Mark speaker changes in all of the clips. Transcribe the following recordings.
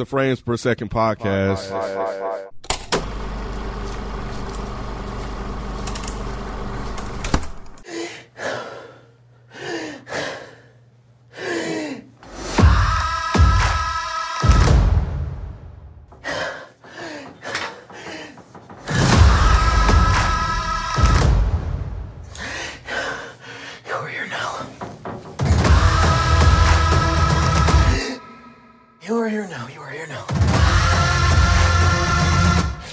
Speaker 1: the Frames Per Second podcast.
Speaker 2: You're here now. You are here now. You are here now.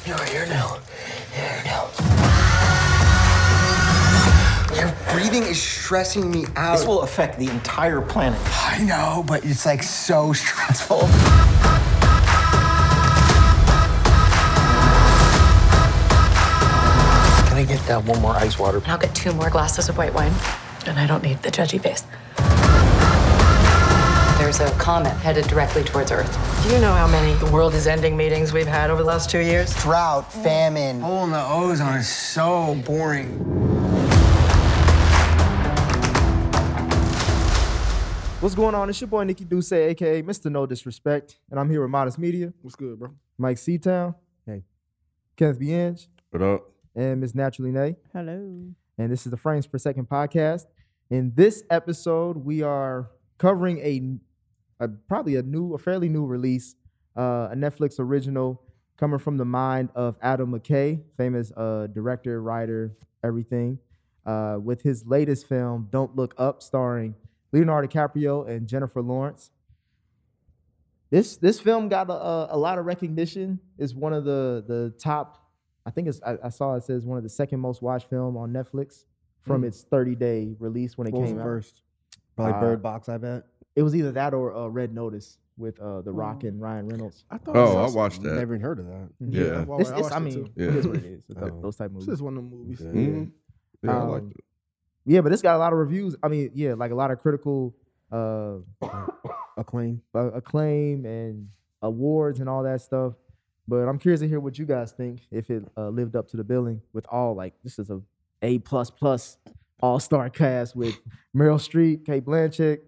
Speaker 2: You are here now. You are here now.
Speaker 3: Your breathing is stressing me out.
Speaker 2: This will affect the entire planet.
Speaker 3: I know, but it's like so stressful.
Speaker 2: Can I get that one more ice water?
Speaker 4: I'll get two more glasses of white wine. And I don't need the judgy face. There's a comet headed directly towards Earth. Do you know how many the world is ending meetings we've had over the last two years?
Speaker 3: Drought, famine, hole in the ozone is so boring.
Speaker 5: What's going on? It's your boy Nikki Duce, aka Mr. No Disrespect, and I'm here with Modest Media. What's good, bro? Mike Seatown. Hey. Kenneth Bienge
Speaker 1: What up?
Speaker 5: and Miss Naturally Nay.
Speaker 6: Hello.
Speaker 5: And this is the Frames Per Second podcast. In this episode, we are covering a, a probably a new, a fairly new release, uh, a Netflix original coming from the mind of Adam McKay, famous uh, director, writer, everything, uh, with his latest film, Don't Look Up, starring Leonardo DiCaprio and Jennifer Lawrence. This this film got a, a, a lot of recognition. It's one of the the top. I think it's I, I saw it says one of the second most watched film on Netflix from its 30 day release when it
Speaker 7: Mm. What was
Speaker 5: came
Speaker 7: the
Speaker 5: out.
Speaker 7: first? Probably
Speaker 5: Uh,
Speaker 7: Bird Box, I bet.
Speaker 5: It was either that or uh, Red Notice with uh, The Rock and Ryan Reynolds.
Speaker 7: I thought
Speaker 1: Oh, I watched that.
Speaker 7: Never even heard of that.
Speaker 1: Yeah. Yeah.
Speaker 7: Well,
Speaker 5: It's,
Speaker 7: I
Speaker 5: it's,
Speaker 7: watched
Speaker 5: I
Speaker 7: it
Speaker 5: mean,
Speaker 7: too.
Speaker 5: it is what it is. It's
Speaker 7: Oh.
Speaker 5: tho- Those type of movies.
Speaker 7: one of the movies.
Speaker 1: Mhm. Yeah, I liked
Speaker 5: Um,
Speaker 1: it.
Speaker 5: Yeah, but it's got a lot of reviews. I mean, yeah, like a lot of critical uh,
Speaker 7: Acclaim.
Speaker 5: uh, acclaim and awards and all that stuff. But I'm curious to hear what you guys think if it uh, lived up to the billing with all like this is a A plus plus all star cast with Meryl Streep, Kate Blanchett,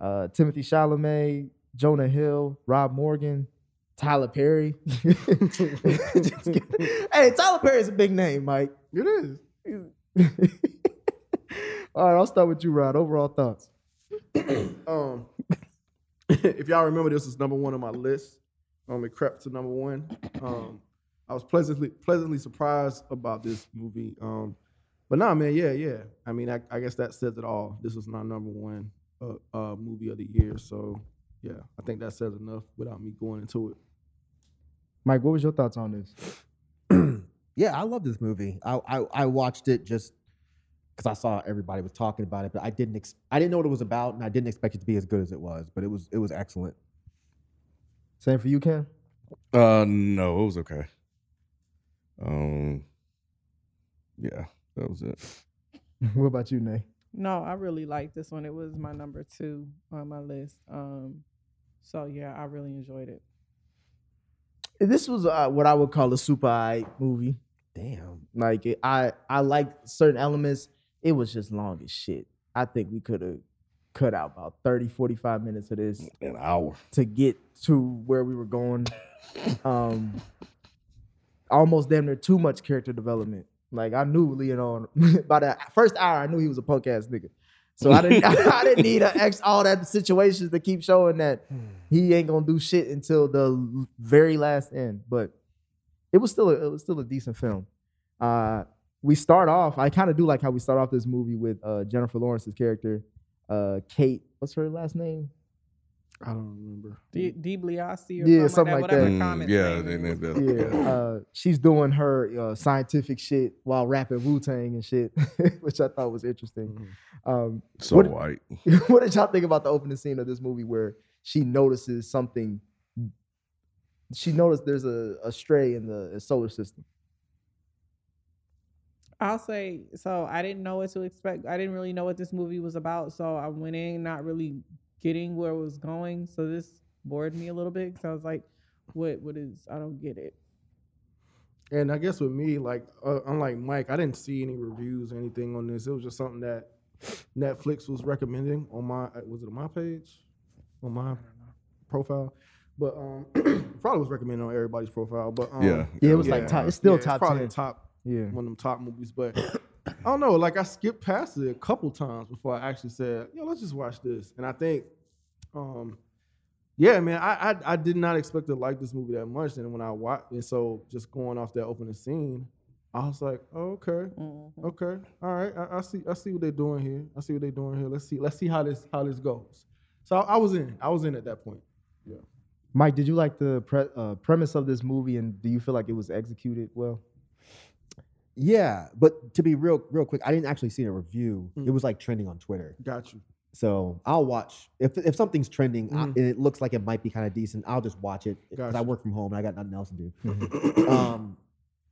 Speaker 5: uh, Timothy Chalamet, Jonah Hill, Rob Morgan, Tyler Perry. Just kidding. hey, Tyler Perry's a big name, Mike. It is. all right, I'll start with you, Rod. Overall thoughts.
Speaker 8: Um, if y'all remember, this was number one on my list. Um, it crept to number one. Um, I was pleasantly pleasantly surprised about this movie. Um, but nah, man, yeah, yeah. I mean, I, I guess that says it all. This was my number one uh, uh, movie of the year. So yeah, I think that says enough without me going into it.
Speaker 5: Mike, what was your thoughts on this?
Speaker 7: Yeah, I love this movie. I I, I watched it just because I saw everybody was talking about it, but I didn't ex- I didn't know what it was about, and I didn't expect it to be as good as it was. But it was it was excellent.
Speaker 5: Same for you, Cam.
Speaker 1: Uh, no, it was okay. Um, yeah, that was it.
Speaker 5: what about you, Nay?
Speaker 6: No, I really like this one. It was my number two on my list. Um, so yeah, I really enjoyed it.
Speaker 5: This was uh, what I would call a super eye movie.
Speaker 7: Damn.
Speaker 5: Like it, I, I like certain elements. It was just long as shit. I think we could have cut out about 30, 45 minutes of this
Speaker 1: An hour.
Speaker 5: to get to where we were going. Um, almost damn near too much character development. Like I knew Leon by the first hour, I knew he was a punk ass nigga. So I didn't, I didn't need a ex all that situations to keep showing that he ain't gonna do shit until the very last end. But it was still a, it was still a decent film. Uh, we start off. I kind of do like how we start off this movie with uh, Jennifer Lawrence's character, uh, Kate. What's her last name?
Speaker 8: I don't remember.
Speaker 6: D- DiBiase or
Speaker 5: Yeah,
Speaker 6: something like that. whatever
Speaker 5: something like
Speaker 6: comment.
Speaker 1: Mm, yeah,
Speaker 6: thing
Speaker 1: they
Speaker 6: it
Speaker 1: named
Speaker 6: was.
Speaker 1: that.
Speaker 5: yeah,
Speaker 1: Yeah.
Speaker 5: uh, she's doing her uh, scientific shit while rapping Wu Tang and shit, which I thought was interesting. Um,
Speaker 1: So
Speaker 5: What-
Speaker 1: white.
Speaker 5: what did y'all think about the opening scene of this movie where she notices something. She noticed there's a, a stray in the uh, solar system.
Speaker 6: I'll say so. I didn't know what to expect. I didn't really know what this movie was about, so I went in not really getting where it was going. So this bored me a little bit because I was like, "What? What is? I don't get it."
Speaker 8: And I guess with me, like uh, unlike Mike, I didn't see any reviews or anything on this. It was just something that Netflix was recommending on my uh, was it on my page, on my profile, but um, probably was recommended on everybody's profile. But um,
Speaker 1: yeah.
Speaker 5: Yeah, it was
Speaker 8: yeah,
Speaker 5: like top. It's still
Speaker 8: yeah,
Speaker 5: top
Speaker 8: probably
Speaker 5: ten.
Speaker 8: top
Speaker 5: yeah,
Speaker 8: one of them top movies. But I don't know. Like I skipped past it a couple times before I actually said, "Yo, let's just watch this." And I think, um, yeah, man, I, I I did not expect to like this movie that much. And when I watched, and so just going off that opening scene, I was like, oh, "Okay, okay, all right, I, I see, I see what they're doing here. I see what they're doing here. Let's see, let's see how this how this goes." So I, I was in, I was in at that point.
Speaker 5: Mike, did you like the pre- uh, premise of this movie, and do you feel like it was executed well?
Speaker 7: Yeah, but to be real, real quick, I didn't actually see a review. It was like trending on Twitter.
Speaker 8: Got you.
Speaker 7: So I'll watch if if something's trending I- and it looks like it might be kind of decent. I'll just watch it because I
Speaker 8: Mm. Gotcha.
Speaker 7: work from home and I got nothing else to do. um,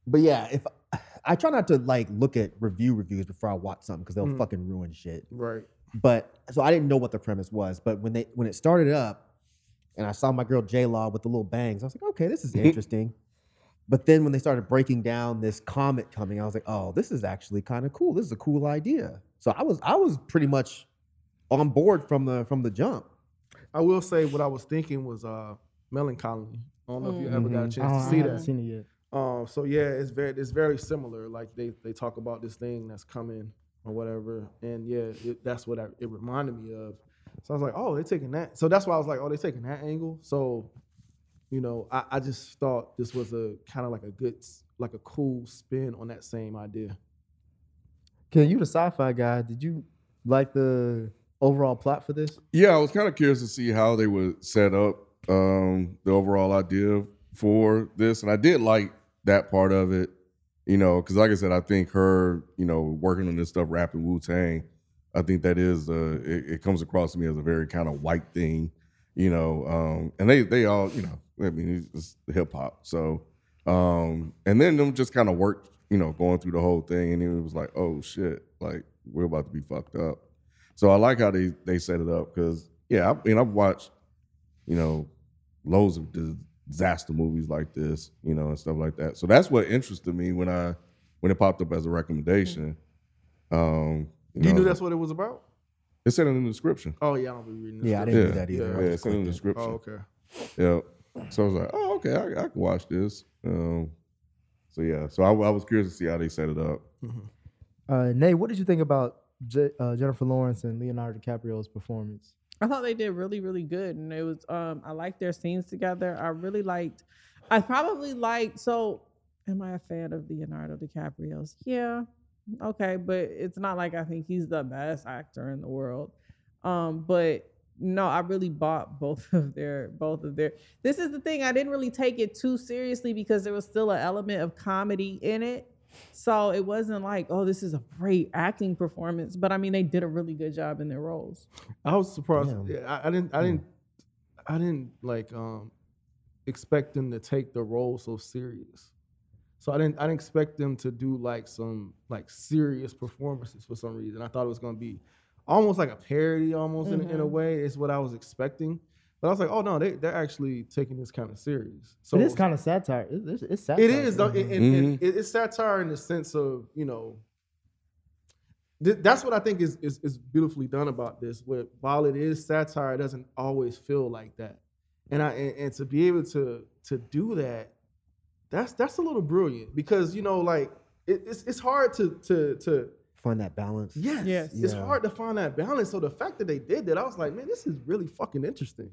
Speaker 7: but yeah, if I try not to like look at review reviews before I watch something because they'll
Speaker 8: Mm.
Speaker 7: fucking ruin shit.
Speaker 8: Right.
Speaker 7: But so I didn't know what the premise was. But when they when it started up, and I saw my girl J Law with the little bangs, I was like, okay, this is interesting. but then when they started breaking down this comet coming, I was like, oh, this is actually kind of cool. This is a cool idea. So I was I was pretty much on board from the from the jump.
Speaker 8: I will say what I was thinking was uh, melancholy. I don't know if you ever got a
Speaker 5: Mhm.
Speaker 8: chance
Speaker 5: I
Speaker 8: to see
Speaker 5: haven't
Speaker 8: that.
Speaker 5: seen it yet.
Speaker 8: Um, so yeah, it's very it's very similar. Like they they talk about this thing that's coming or whatever, and yeah, it, that's what I, it reminded me of. So I was like, oh, they're taking that. So that's why I was like, oh, they're taking that angle. So, you know, I, I just thought this was a kind of like a good, s- like a cool spin on that same idea.
Speaker 5: Ken, you the sci-fi guy. Did you like the overall plot for this?
Speaker 1: Yeah, I was kind of curious to see how they would set up um, the overall idea for this, and I did like that part of it, you know, because like I said, I think her, you know, working on this stuff, rapping Wu Tang, I think that is, uh, it, it comes across to me as a very kind of white thing, you know, um, and they they all, you know, I mean, it's, it's hip hop, so, um, and then them just kind of worked, you know, going through the whole thing, and it was like, oh shit, like we're about to be fucked up. So I like how they they set it up because yeah, I mean I've watched you know loads of dis- disaster movies like this, you know, and stuff like that. So that's what interested me when I when it popped up as a recommendation. Um,
Speaker 8: You, knew
Speaker 7: Oh.
Speaker 1: know,
Speaker 8: that's what it was about.
Speaker 1: it said it in the description.
Speaker 8: Oh yeah, I don't be reading. This
Speaker 7: Yeah, I
Speaker 8: script.
Speaker 1: Yeah.
Speaker 7: didn't do that either.
Speaker 8: Yeah.
Speaker 7: I
Speaker 1: Yeah, it's
Speaker 7: just
Speaker 1: in the
Speaker 7: clicked it.
Speaker 1: description.
Speaker 8: Oh okay.
Speaker 1: Yeah. So I was like, oh okay, I, I can watch this. Um, so yeah, so I, I was curious to see how they set it up.
Speaker 5: Uh, Nay, what did you think about Je- uh, Jennifer Lawrence and Leonardo DiCaprio's performance?
Speaker 6: I thought they did really, really good, and it was. Um, I liked their scenes together. I really liked. I probably liked. So, am I a fan of Leonardo DiCaprio's? Yeah, okay, but it's not like I think he's the best actor in the world. Um, but no, I really bought both of their both of their. This is the thing. I didn't really take it too seriously because there was still an element of comedy in it. So it wasn't like, oh, this is a great acting performance. But I mean, they did a really good job in their roles.
Speaker 8: I was surprised.
Speaker 7: Damn.
Speaker 8: Yeah, I, I didn't.
Speaker 5: Hmm.
Speaker 8: I didn't. I didn't like um, expect them to take the role so serious. So I didn't. I didn't expect them to do like some like serious performances for some reason. I thought it was gonna be almost like a parody, almost in, a-
Speaker 5: Mm-hmm.
Speaker 8: in a way. Is what I was expecting. But I was like, oh no, they they're actually taking this kind of serious. So
Speaker 5: it is kind of satire. It- it's, it's satire.
Speaker 8: it is though. It, it,
Speaker 1: Mhm.
Speaker 8: it- it's satire in the sense of you know. th- that's what I think is, is is beautifully done about this. Where while it is satire, it doesn't always feel like that. And I and, and to be able to to do that, that's that's a little brilliant because you know like it, it's it's hard to to to
Speaker 7: Find that balance.
Speaker 8: yes,
Speaker 6: Yes.
Speaker 8: it's
Speaker 7: Yeah.
Speaker 8: hard to find that balance. So the fact that they did that, I was like, man, this is really fucking interesting.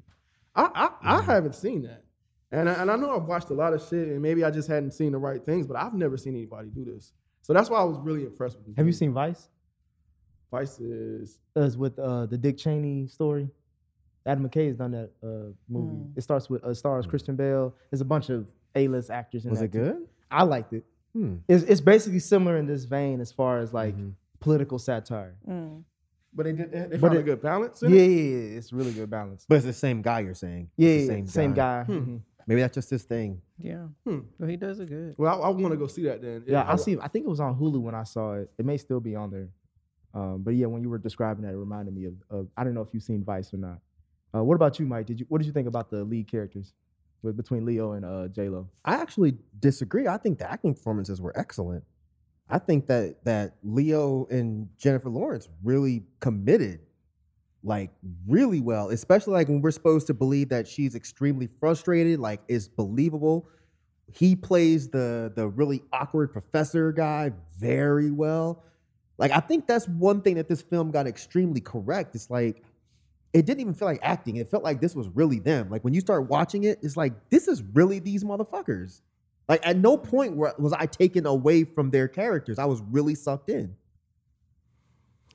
Speaker 8: I I,
Speaker 5: Mm-hmm.
Speaker 8: I haven't seen that, and I, and I know I've watched a lot of shit, and maybe I just hadn't seen the right things, but I've never seen anybody do this. So that's why I was really impressed with. this
Speaker 5: Have you
Speaker 8: movie.
Speaker 5: seen Vice?
Speaker 8: Vices?
Speaker 5: That's with uh, the Dick Cheney story. Adam McKay has done that uh, movie.
Speaker 8: Hmm.
Speaker 5: It starts with uh, stars Christian Bale. There's a bunch of A-list actors in
Speaker 7: Was
Speaker 5: that
Speaker 7: it
Speaker 5: too.
Speaker 7: good?
Speaker 5: I liked it.
Speaker 7: Hmm.
Speaker 5: Mm-hmm. It's, it's basically similar in this vein as far as like
Speaker 7: Mhm.
Speaker 8: Hmm.
Speaker 5: political satire.
Speaker 8: But they did. They, they
Speaker 5: But
Speaker 8: found a
Speaker 5: it-
Speaker 8: good balance.
Speaker 5: Yeah,
Speaker 8: In
Speaker 5: yeah,
Speaker 8: It?
Speaker 5: yeah. It's really good balance.
Speaker 7: But it's the same guy you're saying.
Speaker 5: Yeah,
Speaker 7: It's the
Speaker 5: same, same guy.
Speaker 8: Hmm.
Speaker 7: Maybe that's just his thing.
Speaker 6: Yeah. Well, he does it good.
Speaker 8: Well, I, I want to go see that then.
Speaker 5: Yeah, I
Speaker 8: I-
Speaker 5: see. I think it was on Hulu when I saw it. It may still be on there. Um, but yeah, when you were describing that, it reminded me of, of I don't know if you've seen Vice or not. Uh, what about you, Mike? Did you what did you think about the lead characters with between Leo and uh, J Lo?
Speaker 7: I actually disagree. I think the acting performances were excellent. I think that that Leo and Jennifer Lawrence really committed, like really well. Especially like when we're supposed to believe that she's extremely frustrated, like is believable. He plays the the really awkward professor guy very well. Like I think that's one thing that this film got extremely correct. It's like it didn't even feel like acting. It felt like this was really them. Like when you start watching it, it's like this is really these motherfuckers. Like at no point were, was I taken away from their characters. I was really sucked in.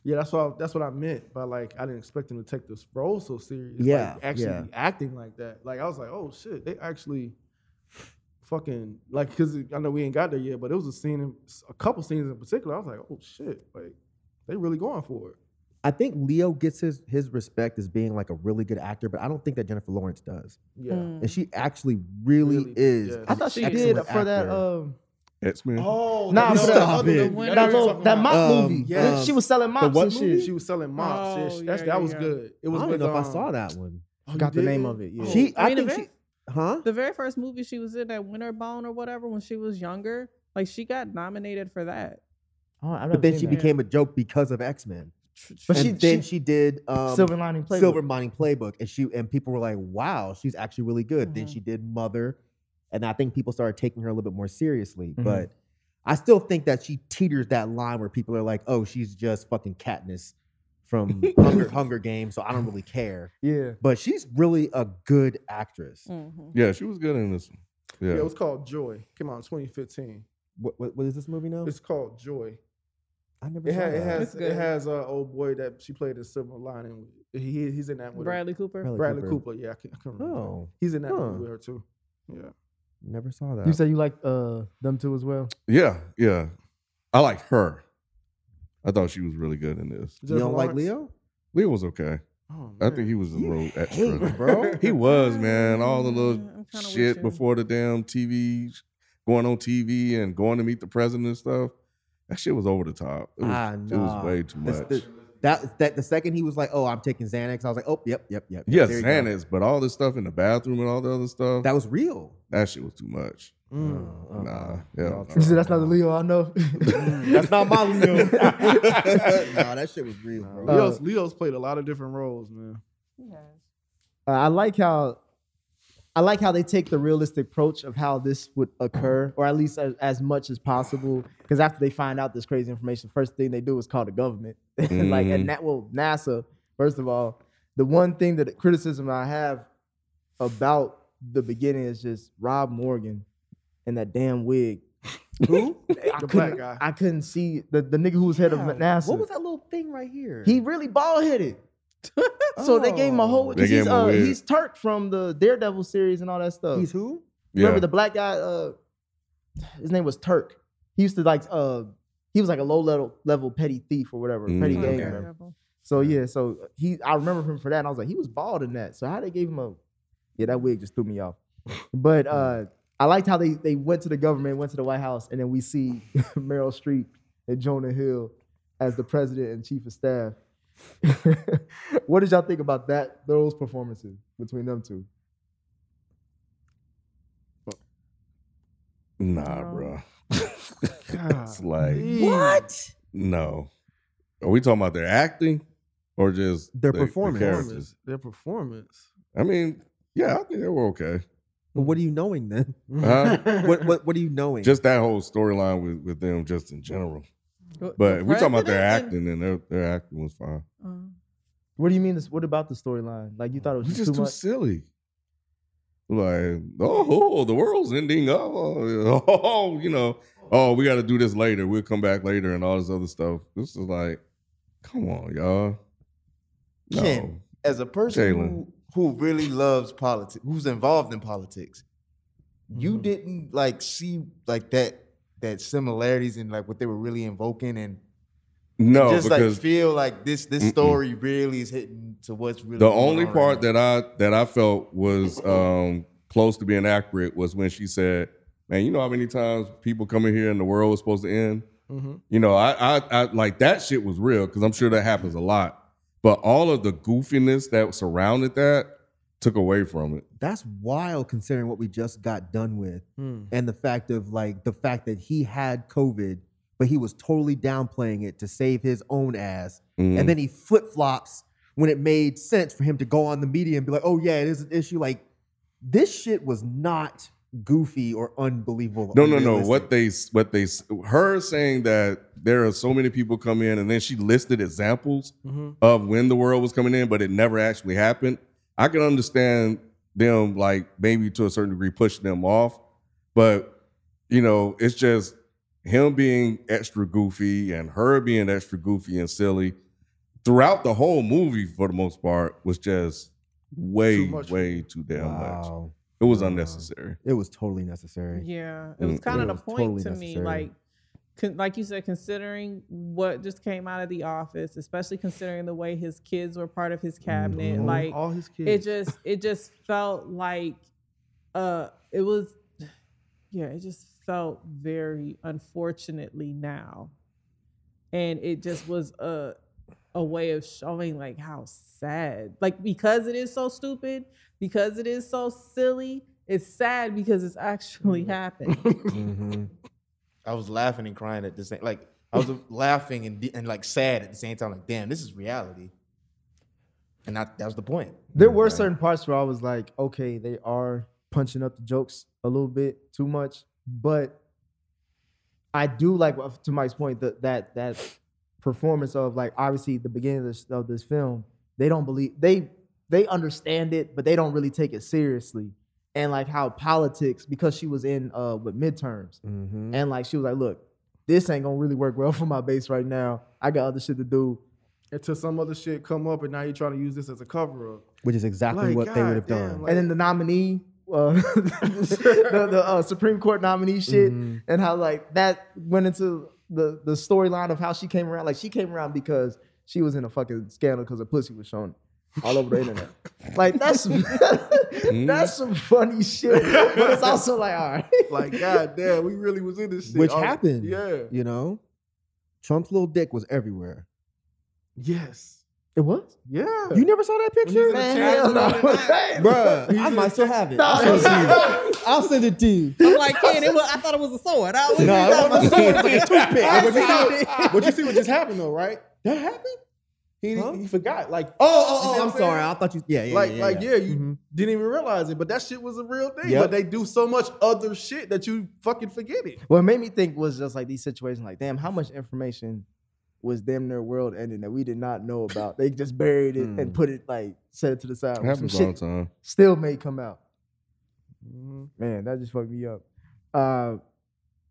Speaker 8: yeah, that's what I, that's what I meant. By like, I didn't expect them to take this role so serious. like,
Speaker 7: Yeah,
Speaker 8: actually
Speaker 7: yeah.
Speaker 8: acting like that. Like I was like, oh shit, they actually fucking like because I know we ain't got there yet, but it was a scene, in, a couple scenes in particular. I was like, oh shit, like they really going for it.
Speaker 7: I think Leo gets his his respect as being like a really good actor, but I don't think that Jennifer Lawrence does.
Speaker 8: Yeah.
Speaker 7: And she actually really,
Speaker 8: Really,
Speaker 7: is.
Speaker 8: yeah.
Speaker 7: an
Speaker 8: I
Speaker 5: Mm. I thought she did
Speaker 7: excellent
Speaker 5: for that.
Speaker 7: actor.
Speaker 5: Um,
Speaker 1: X Men.
Speaker 8: Oh,
Speaker 5: Nah,
Speaker 8: the-
Speaker 5: for
Speaker 8: the
Speaker 5: that-
Speaker 8: other- the
Speaker 7: Stop it.
Speaker 8: one
Speaker 5: that
Speaker 8: that we were
Speaker 5: little
Speaker 8: talking
Speaker 5: that mop
Speaker 8: about.
Speaker 7: Um,
Speaker 5: movie.
Speaker 7: yeah.
Speaker 5: She was selling mops
Speaker 7: what
Speaker 5: and
Speaker 7: movie?
Speaker 5: shit.
Speaker 8: She was selling mops. yeah,
Speaker 6: Oh,
Speaker 8: she-
Speaker 6: yeah,
Speaker 8: that's, that
Speaker 6: yeah,
Speaker 8: was
Speaker 6: yeah.
Speaker 8: good. It
Speaker 7: I
Speaker 8: was
Speaker 7: don't
Speaker 8: with,
Speaker 7: even know if I
Speaker 8: um,
Speaker 7: saw that one.
Speaker 8: oh, you
Speaker 5: Forgot the
Speaker 8: did?
Speaker 5: name of it. Yeah.
Speaker 8: Oh.
Speaker 7: She, I,
Speaker 6: mean,
Speaker 7: think
Speaker 6: if
Speaker 7: she, huh?
Speaker 6: The very first movie she was in, that Winter Bone or whatever, when she was younger, like she got nominated for that.
Speaker 5: Oh, I've never
Speaker 7: But then
Speaker 5: seen
Speaker 7: she
Speaker 5: that.
Speaker 7: became a joke because of X Men.
Speaker 5: But
Speaker 7: and
Speaker 5: she-
Speaker 7: then
Speaker 5: she-
Speaker 7: she, did um,
Speaker 5: Silver Lining Playbook.
Speaker 7: Silver Mining Playbook, and she and people were like, "Wow, she's actually really good." Then she did Mother, and I think people started taking her a little bit more seriously.
Speaker 5: Mhm.
Speaker 7: But I still think that she teeters that line where people are like, "Oh, she's just fucking Katniss from Hunger, Hunger Games," so I don't really care.
Speaker 5: Yeah.
Speaker 7: But she's really a good actress.
Speaker 6: Mm.
Speaker 1: Yeah, she was good in this one.
Speaker 8: Yeah,
Speaker 1: Yeah.
Speaker 8: it was called Joy. Came out in 2015.
Speaker 7: What, what, what is this movie now?
Speaker 8: It's called Joy.
Speaker 7: I never
Speaker 8: It,
Speaker 7: saw
Speaker 8: ha- it
Speaker 7: that.
Speaker 8: has
Speaker 6: It's good.
Speaker 8: it has uh, old boy that she played in Silver Lining. with. He he's in that with her.
Speaker 6: Bradley Cooper.
Speaker 7: Bradley
Speaker 8: Bradley
Speaker 7: Cooper.
Speaker 8: Cooper. Yeah, I can't, I can't remember.
Speaker 7: Oh.
Speaker 8: he's in that
Speaker 7: Huh.
Speaker 8: movie with her too. Yeah,
Speaker 7: Never saw that.
Speaker 5: You said you liked uh, them two as well.
Speaker 1: Yeah, yeah. I like her. I thought she was really good in this.
Speaker 7: you don't like
Speaker 8: Lawrence?
Speaker 7: Leo?
Speaker 1: Leo was okay.
Speaker 8: Oh,
Speaker 1: I
Speaker 8: man.
Speaker 1: think he was a
Speaker 7: You
Speaker 1: little
Speaker 7: hate
Speaker 1: extra,
Speaker 7: him, bro.
Speaker 1: He was man. All the little
Speaker 6: Mm, I'm kinda with
Speaker 1: shit
Speaker 6: you.
Speaker 1: before the damn TV, going on TV and going to meet the president and stuff. That shit was over the top. It was,
Speaker 7: Ah,
Speaker 1: it
Speaker 7: nah.
Speaker 1: was way too
Speaker 7: That's
Speaker 1: much.
Speaker 7: the- that that the second he was like, "Oh, I'm taking Xanax," I was like, "Oh, yep, yep, yep." yep,
Speaker 1: yes,
Speaker 7: there you go."
Speaker 1: Xanax, but all this stuff in the bathroom and all the other stuff. That,
Speaker 7: That Uh-uh. was real.
Speaker 1: shit was too much.
Speaker 7: Uh,
Speaker 8: Mm.
Speaker 5: Hmm.
Speaker 1: Nah, yeah.
Speaker 5: You said that's not the Leo I know.
Speaker 7: That's not my Leo. no, that shit was real, bro.
Speaker 8: Leo's Leo's played a lot of different roles, man.
Speaker 5: Uh, I like how I like how they take the realistic approach of how this would occur, or at least as, as much as possible. Because after they find out this crazy information, first thing they do is call the government, like
Speaker 1: Mm-hmm.
Speaker 7: Mm.
Speaker 5: and that well NASA. First of all, the one thing that criticism I have about the beginning is just Rob Morgan and that damn wig.
Speaker 8: Who?
Speaker 5: I
Speaker 8: the
Speaker 5: couldn't,
Speaker 8: black guy.
Speaker 5: I couldn't see the, the nigga who was head
Speaker 7: Yeah.
Speaker 5: of NASA.
Speaker 7: What was that little thing right here?
Speaker 5: He really bald headed. so they gave him a
Speaker 7: Oh.
Speaker 5: whole.
Speaker 1: Oh. They
Speaker 5: 'cause
Speaker 1: gave
Speaker 5: He's,
Speaker 1: him a
Speaker 5: uh,
Speaker 1: wig.
Speaker 5: he's Turk from the Daredevil series and all that stuff.
Speaker 7: he's who?
Speaker 1: Yeah.
Speaker 5: Remember the black guy? Uh, his name was Turk. He used to like.
Speaker 7: Oh,
Speaker 5: Uh, he was like a low level level petty thief or whatever, petty
Speaker 1: Mm.
Speaker 5: gang.
Speaker 7: Okay.
Speaker 5: member. So yeah, so he. I remember him for that, and I was like, he was bald in that. So how they gave him a? Yeah, that wig just threw me off. But uh, I liked how they they went to the government, went to the White House, and then we see Meryl Streep and Jonah Hill as the president and chief of staff. what did y'all think about that? Those performances between them two.
Speaker 1: nah, bro. it's like
Speaker 8: What?
Speaker 1: no. Are we talking about their acting or just
Speaker 7: Their
Speaker 1: the-
Speaker 7: performance.
Speaker 1: The characters?
Speaker 8: Their performance.
Speaker 1: I mean, yeah, I think they were okay.
Speaker 7: But what are you knowing then?
Speaker 1: Huh?
Speaker 7: what what what are you knowing?
Speaker 1: just that whole storyline with, with them just in general. But if we're talking about their acting and their, their acting was fine.
Speaker 5: What do you mean? This? What about the storyline? Like you thought it was
Speaker 1: It's
Speaker 5: just,
Speaker 1: just
Speaker 5: too,
Speaker 1: too
Speaker 5: much?
Speaker 1: silly. Like, oh, the world's ending. Oh, oh, you know, oh, we got to do this later. We'll come back later and all this other stuff. This is like, come on, y'all. No.
Speaker 9: Ken, as a person
Speaker 1: Jalen.
Speaker 9: who, who really loves politics, who's involved in politics,
Speaker 8: Mm-hmm.
Speaker 9: you didn't like see like that that similarities in like what they were really invoking and
Speaker 1: No,
Speaker 5: just
Speaker 1: because
Speaker 5: like feel like this this
Speaker 1: Mm-mm.
Speaker 5: story really is hitting to what's really
Speaker 1: the
Speaker 5: going
Speaker 1: only
Speaker 5: on
Speaker 1: part
Speaker 5: right
Speaker 1: that I that I felt was um, close to being accurate was when she said, "Man, you know how many times people come in here and the world was supposed to end."
Speaker 10: Mhm.
Speaker 1: You know, I, I I like that shit was real because I'm sure that happens a lot. But all of the goofiness that surrounded that took away from it.
Speaker 7: That's wild considering what we just got done with.
Speaker 10: Hmm.
Speaker 7: and the fact of like the fact that he had COVID, but he was totally downplaying it to save his own ass,
Speaker 1: Mhm.
Speaker 7: and then he flip flops when it made sense for him to go on the media and be like, "Oh yeah, it is an issue." Like this shit was not goofy or unbelievable.
Speaker 1: No, no, no.
Speaker 7: unrealistic.
Speaker 1: What they what they her saying that there are so many people come in, and then she listed examples of when the world was coming in, but it never actually happened. I can understand them like maybe to a certain degree pushing them off, but you know, it's just him being extra goofy and her being extra goofy and silly throughout the whole movie for the most part was just way,
Speaker 10: Too much.
Speaker 1: way too damn much.
Speaker 7: Wow.
Speaker 1: It was
Speaker 7: Wow.
Speaker 1: unnecessary.
Speaker 7: It was totally necessary.
Speaker 6: Yeah, it was
Speaker 1: Mm,
Speaker 6: kind
Speaker 7: it
Speaker 6: of the
Speaker 7: was
Speaker 6: point
Speaker 7: totally
Speaker 6: to me,
Speaker 7: necessary.
Speaker 6: like. Con, like you said, considering what just came out of the office, especially considering the way his kids were part of his cabinet,
Speaker 7: Mm-hmm.
Speaker 6: like
Speaker 10: all his kids.
Speaker 6: it just it just felt like uh it was yeah it just felt very unfortunately now and it just was a a way of showing like how sad like because it is so stupid because it is so silly it's sad because it's
Speaker 7: Mm-hmm.
Speaker 6: actually happened
Speaker 7: Mhm.
Speaker 5: I was laughing and crying at the same like I was laughing and and like sad at the same time. Like, damn, this is reality. And I, that was the point.
Speaker 8: There were certain parts where I was like, okay, they are punching up the jokes a little bit too much, but I do like to Mike's point that that that performance of like obviously the beginning of this, of this film, they don't believe they they understand it, but they don't really take it seriously, and like how politics because she was in uh with midterms,
Speaker 7: Mhm.
Speaker 8: and like she was like, look, this ain't gonna really work well for my base right now. I got other shit to do.
Speaker 10: until some other shit come up, and now you're trying to use this as a cover up.
Speaker 7: Which is exactly
Speaker 10: Like,
Speaker 7: what they would have
Speaker 10: goddamn,
Speaker 7: done.
Speaker 10: like-
Speaker 8: and then the nominee, uh, the, the uh, Supreme Court nominee shit,
Speaker 10: Mm-hmm.
Speaker 8: and how like that went into the the storyline of how she came around. Like she came around because she was in a fucking scandal because her pussy was shown all over the internet. Like that's that's
Speaker 10: Hmm?
Speaker 8: some funny shit, but it's also like all right.
Speaker 10: Like, goddamn, we really was in this shit.
Speaker 7: Which
Speaker 10: Oh,
Speaker 7: happened.
Speaker 10: Yeah.
Speaker 7: You know? Trump's little dick was everywhere.
Speaker 10: Yes.
Speaker 8: It was.
Speaker 10: Yeah.
Speaker 7: You never saw that picture?
Speaker 8: Man, hell no.
Speaker 7: Bruh, I might still have it. I'll send it to you. I'll send it to you.
Speaker 6: i'm like yeah it was, i thought it was a sword i was
Speaker 7: No, that wasn't a sword. It was like a toothpick.
Speaker 10: but, you see, but you see what just happened though, right? That happened. He
Speaker 7: Huh?
Speaker 10: he forgot. Like
Speaker 7: Oh, oh,
Speaker 10: You see
Speaker 7: oh, I'm
Speaker 10: what saying?
Speaker 7: sorry. I thought you. Yeah, yeah,
Speaker 10: like
Speaker 7: yeah,
Speaker 10: like
Speaker 7: yeah.
Speaker 10: yeah, you
Speaker 8: Mm-hmm.
Speaker 10: didn't even realize it, but that shit was a real thing.
Speaker 7: Yep.
Speaker 10: But they do so much other shit that you fucking forget it.
Speaker 8: What made me think was just like these situations, like damn, how much information was damn near world ending that we did not know about? They just buried it
Speaker 10: Hmm.
Speaker 8: and put it like set it to the side.
Speaker 1: It
Speaker 8: where some
Speaker 1: happens all the
Speaker 8: shit
Speaker 1: time.
Speaker 8: still may come out.
Speaker 10: Mm-hmm.
Speaker 8: Man, that just fucked me up. Uh,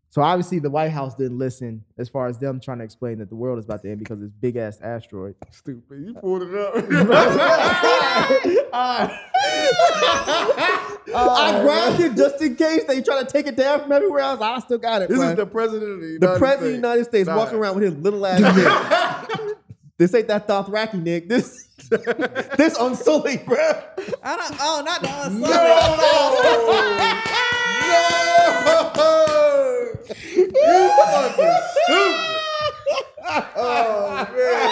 Speaker 8: so obviously the White House didn't listen as far as them trying to explain that the world is about to end because this big ass asteroid.
Speaker 10: Stupid. You pulled it up.
Speaker 7: I
Speaker 10: Uh,
Speaker 7: grabbed it just in case they try to take it down from everywhere else. I still got it.
Speaker 10: this
Speaker 7: bruh.
Speaker 10: is the president of the United
Speaker 7: The president of the
Speaker 10: States.
Speaker 7: United States
Speaker 10: Nah.
Speaker 7: walking around with his little ass dick. this ain't that Dothraki, Nick. This this unsullied, bro.
Speaker 6: i don't oh not the other sword.
Speaker 10: No! You fucking stupid. Oh man.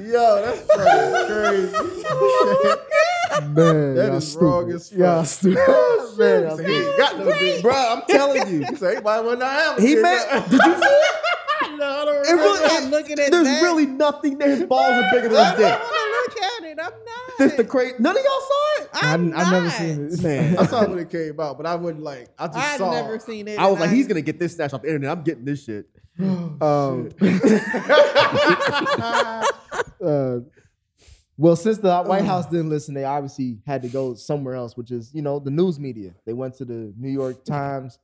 Speaker 10: Yo, that's fucking crazy.
Speaker 8: Man,
Speaker 10: That is wrong as fuck.
Speaker 8: Yeah, stupid. Man, y'all
Speaker 10: So
Speaker 8: stupid.
Speaker 10: he ain't got no dick.
Speaker 7: Bro, I'm telling you.
Speaker 10: So he might well not have a
Speaker 7: He
Speaker 10: dick.
Speaker 7: made. Did you see? it?
Speaker 6: no, I don't
Speaker 7: It really-
Speaker 6: remember. I'm looking at
Speaker 7: There's
Speaker 6: that.
Speaker 7: really nothing there. His balls are bigger than
Speaker 6: I
Speaker 7: his dick.
Speaker 6: don't want to look at it. I'm not.
Speaker 7: This the crazy. None of y'all saw it.
Speaker 6: I'm
Speaker 8: I've never
Speaker 6: not.
Speaker 8: seen this.
Speaker 7: Man,
Speaker 10: I saw when it came out, but I wouldn't like. I just
Speaker 6: I've
Speaker 10: saw.
Speaker 6: never seen it.
Speaker 7: I was
Speaker 6: and
Speaker 7: like, he's gonna get this snatch off the internet. I'm getting this shit.
Speaker 8: Um, uh, well, since the White House didn't listen, they obviously had to go somewhere else, which is you know the news media. They went to the New York Times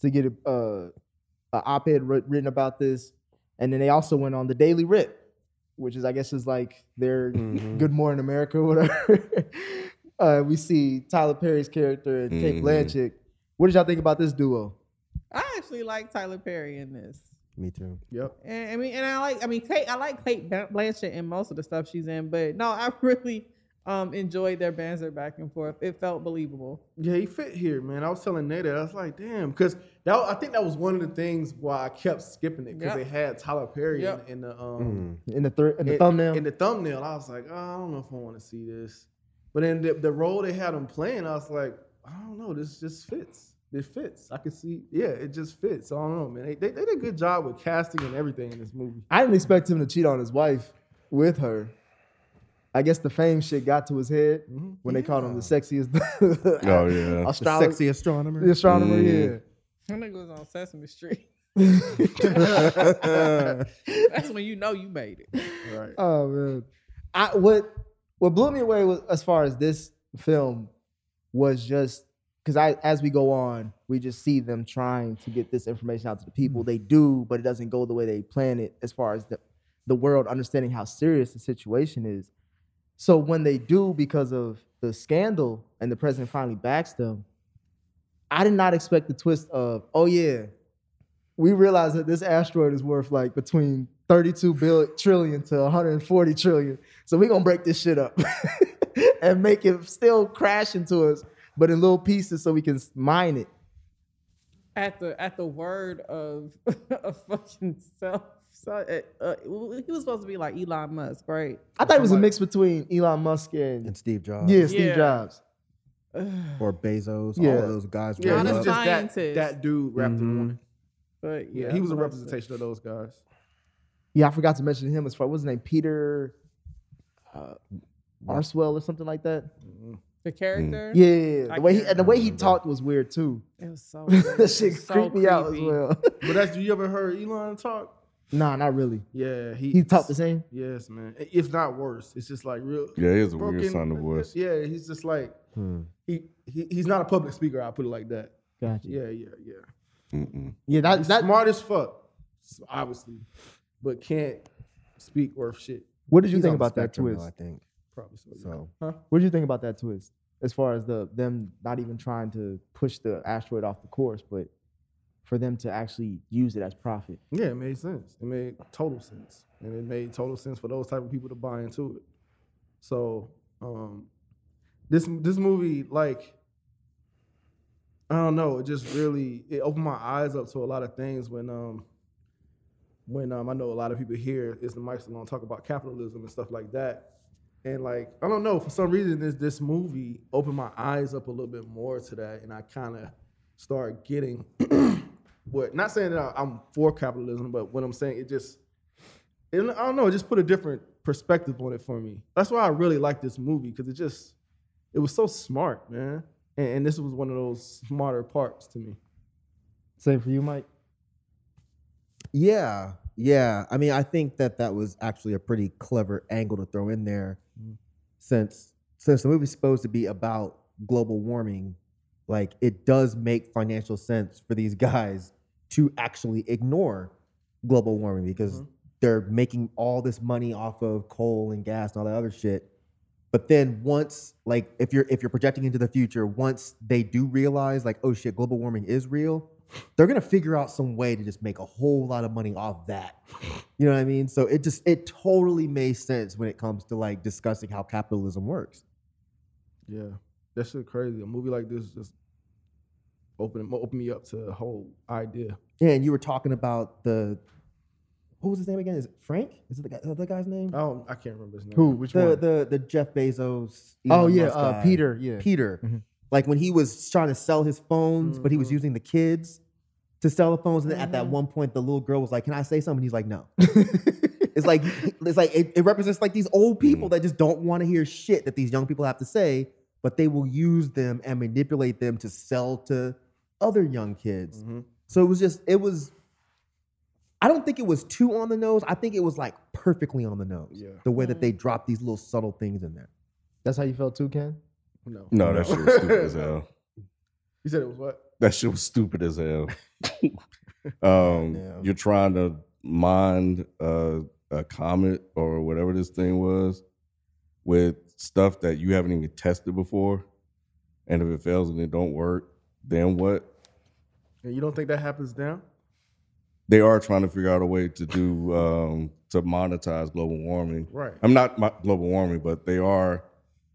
Speaker 8: to get a, uh, a op-ed writ- written about this, and then they also went on the Daily Rip, which is I guess is like their Good Morning America, or whatever. uh, we see Tyler Perry's character and Kate
Speaker 1: Mhm.
Speaker 8: Blanchett. What did y'all think about this duo?
Speaker 6: I actually like Tyler Perry in this.
Speaker 7: Me too.
Speaker 8: Yep.
Speaker 6: And, I mean, and I like, I mean, Kate, I like Kate Blan- Blanchett in most of the stuff she's in, but no, I really um enjoyed their banter back and forth. It felt believable.
Speaker 8: Yeah, he fit here, man. I was telling Nate that I was like, damn, because that I think that was one of the things why I kept skipping it because
Speaker 6: Yep.
Speaker 8: they had Tyler Perry
Speaker 6: Yep.
Speaker 8: in, in the
Speaker 7: Mm.
Speaker 8: um
Speaker 5: in the third in the
Speaker 8: in-
Speaker 5: thumbnail.
Speaker 8: In the thumbnail, I was like, oh, I don't know if I want to see this. But then the, the role they had him playing, I was like, I don't know, this just fits. It fits. I could see, yeah, it just fits. I don't know, man. They, they, they did a good job with casting and everything in this movie.
Speaker 5: I didn't expect him to cheat on his wife with her. I guess the fame shit got to his head
Speaker 10: Mm-hmm.
Speaker 5: when they called him the sexiest.
Speaker 1: Oh yeah.
Speaker 5: Astrologer-
Speaker 7: Sexy astronomer.
Speaker 5: the astronomer.
Speaker 1: Mm.
Speaker 5: Yeah.
Speaker 6: That nigga was on Sesame Street. That's when you know you made it.
Speaker 8: Right.
Speaker 5: Oh man, I what what blew me away was, as far as this film was just because I as we go on, we just see them trying to get this information out to the people. They do, but it doesn't go the way they plan it. As far as the the world understanding how serious the situation is, so when they do, because of the scandal and the president finally backs them, I did not expect the twist of oh yeah. We realize that this asteroid is worth like between 32 billion trillion to 140 trillion. So we're gonna break this shit up and make it still crash into us, but in little pieces so we can mine it.
Speaker 6: At the at the word of a fucking self. So uh, uh, he was supposed to be like Elon Musk, right?
Speaker 5: I thought it was a mix between Elon Musk and
Speaker 7: And Steve Jobs.
Speaker 5: yeah, Steve
Speaker 6: Yeah.
Speaker 5: Jobs.
Speaker 7: Or Bezos.
Speaker 5: Yeah.
Speaker 7: All of those guys.
Speaker 8: Yeah,
Speaker 7: rolled
Speaker 8: it
Speaker 6: Not a
Speaker 8: was
Speaker 7: up.
Speaker 8: just that,
Speaker 6: scientist.
Speaker 8: that dude wrapped in
Speaker 1: Mm-hmm.
Speaker 8: one.
Speaker 6: But yeah,
Speaker 8: Yeah, he was a
Speaker 6: that's what I
Speaker 8: representation of those guys.
Speaker 5: Yeah, I forgot to mention him as far. What's his name? Peter uh, Arswell or something like that.
Speaker 6: said. The character.
Speaker 5: Yeah, yeah, yeah.
Speaker 6: I
Speaker 5: the way he,
Speaker 6: can't
Speaker 5: and the way he talked was weird too.
Speaker 6: It was so.
Speaker 5: that shit
Speaker 6: so
Speaker 5: creeped me out as
Speaker 6: creepy.
Speaker 5: well.
Speaker 8: But that's you ever heard Elon talk?
Speaker 5: nah, not really.
Speaker 8: Yeah, he
Speaker 5: He talked the same.
Speaker 8: Yes, man. If not worse, it's just like real.
Speaker 1: Yeah, he has a
Speaker 8: broken-
Speaker 1: weird sound of voice.
Speaker 8: Yeah, he's just like
Speaker 5: Hmm.
Speaker 8: he, he he's not a public speaker. I put it like that.
Speaker 5: Gotcha. Yeah,
Speaker 8: Yeah, yeah, yeah.
Speaker 5: that
Speaker 8: He's
Speaker 5: that.
Speaker 8: smart as fuck, s- obviously, but can't speak worth shit.
Speaker 5: What did you
Speaker 7: He's
Speaker 5: think
Speaker 7: on the
Speaker 5: about that
Speaker 7: spectrum, though,
Speaker 5: twist?
Speaker 7: I think
Speaker 8: Probably so. yeah.
Speaker 7: so.
Speaker 5: What do you think about that twist? As far as the them not even trying to push the asteroid off the course, but for them to actually use it as profit.
Speaker 8: Yeah, it made sense. It made total sense, and it made total sense for those type of people to buy into it. So, um, this this movie, like, I don't know, it just really it opened my eyes up to a lot of things when um when um I know a lot of people here is the mics alone talk about capitalism and stuff like that. And like, I don't know, for some reason this this movie opened my eyes up a little bit more to that and I kinda started getting what not saying that I- I'm for capitalism, but what I'm saying it just it, I don't know, it just put a different perspective on it for me. That's why I really like this movie because it just it was so smart, man. And, and this was one of those smarter parts to me.
Speaker 5: Same for you, Mike.
Speaker 7: Yeah, yeah. I mean, I think that that was actually a pretty clever angle to throw in there, since since the movie's supposed to be about global warming, like it does make financial sense for these guys to actually ignore global warming because they're making all this money off of coal and gas and all that other shit. But then once, like, if you're if you're projecting into the future, once they do realize, like, oh shit, global warming is real, they're gonna figure out some way to just make a whole lot of money off that. You know what I mean? So it just it totally made sense when it comes to like discussing how capitalism works.
Speaker 8: Yeah, that shit crazy. A movie like this just opened opened me up to the whole idea.
Speaker 7: Yeah, and you were talking about the what was his name again? Is it Frank? Is it the guy, is that the guy's name?
Speaker 8: I don't, I can't remember his name.
Speaker 5: Uh, Who? Which
Speaker 7: the,
Speaker 5: one?
Speaker 7: the the Jeff Bezos.
Speaker 5: oh
Speaker 7: Elon
Speaker 5: yeah,
Speaker 7: Musk
Speaker 5: uh,
Speaker 7: guy.
Speaker 5: Peter. Yeah.
Speaker 7: Peter. Like when he was trying to sell his phones, but he was using the kids to sell the phones. And then at that one point, the little girl was like, Can I say something? He's like, No. it's like it's like it, it represents like these old people that just don't want to hear shit that these young people have to say, but they will use them and manipulate them to sell to other young kids.
Speaker 8: Mm. Mm-hmm.
Speaker 7: So it was just it was I don't think it was too on the nose. I think it was like perfectly on the nose.
Speaker 8: Yeah.
Speaker 7: The way that they dropped these little subtle things in there.
Speaker 5: That's how you felt too, Ken.
Speaker 8: No,
Speaker 1: No, that shit was stupid as hell.
Speaker 8: He said it was what?
Speaker 1: That shit was stupid as hell. um, You're trying to mine uh, a comet or whatever this thing was with stuff that you haven't even tested before, and if it fails and it don't work, then what?
Speaker 8: And you don't think that happens now?
Speaker 1: They are trying to figure out a way to do um, to monetize global warming.
Speaker 8: Right.
Speaker 1: I'm not my, global warming, but they are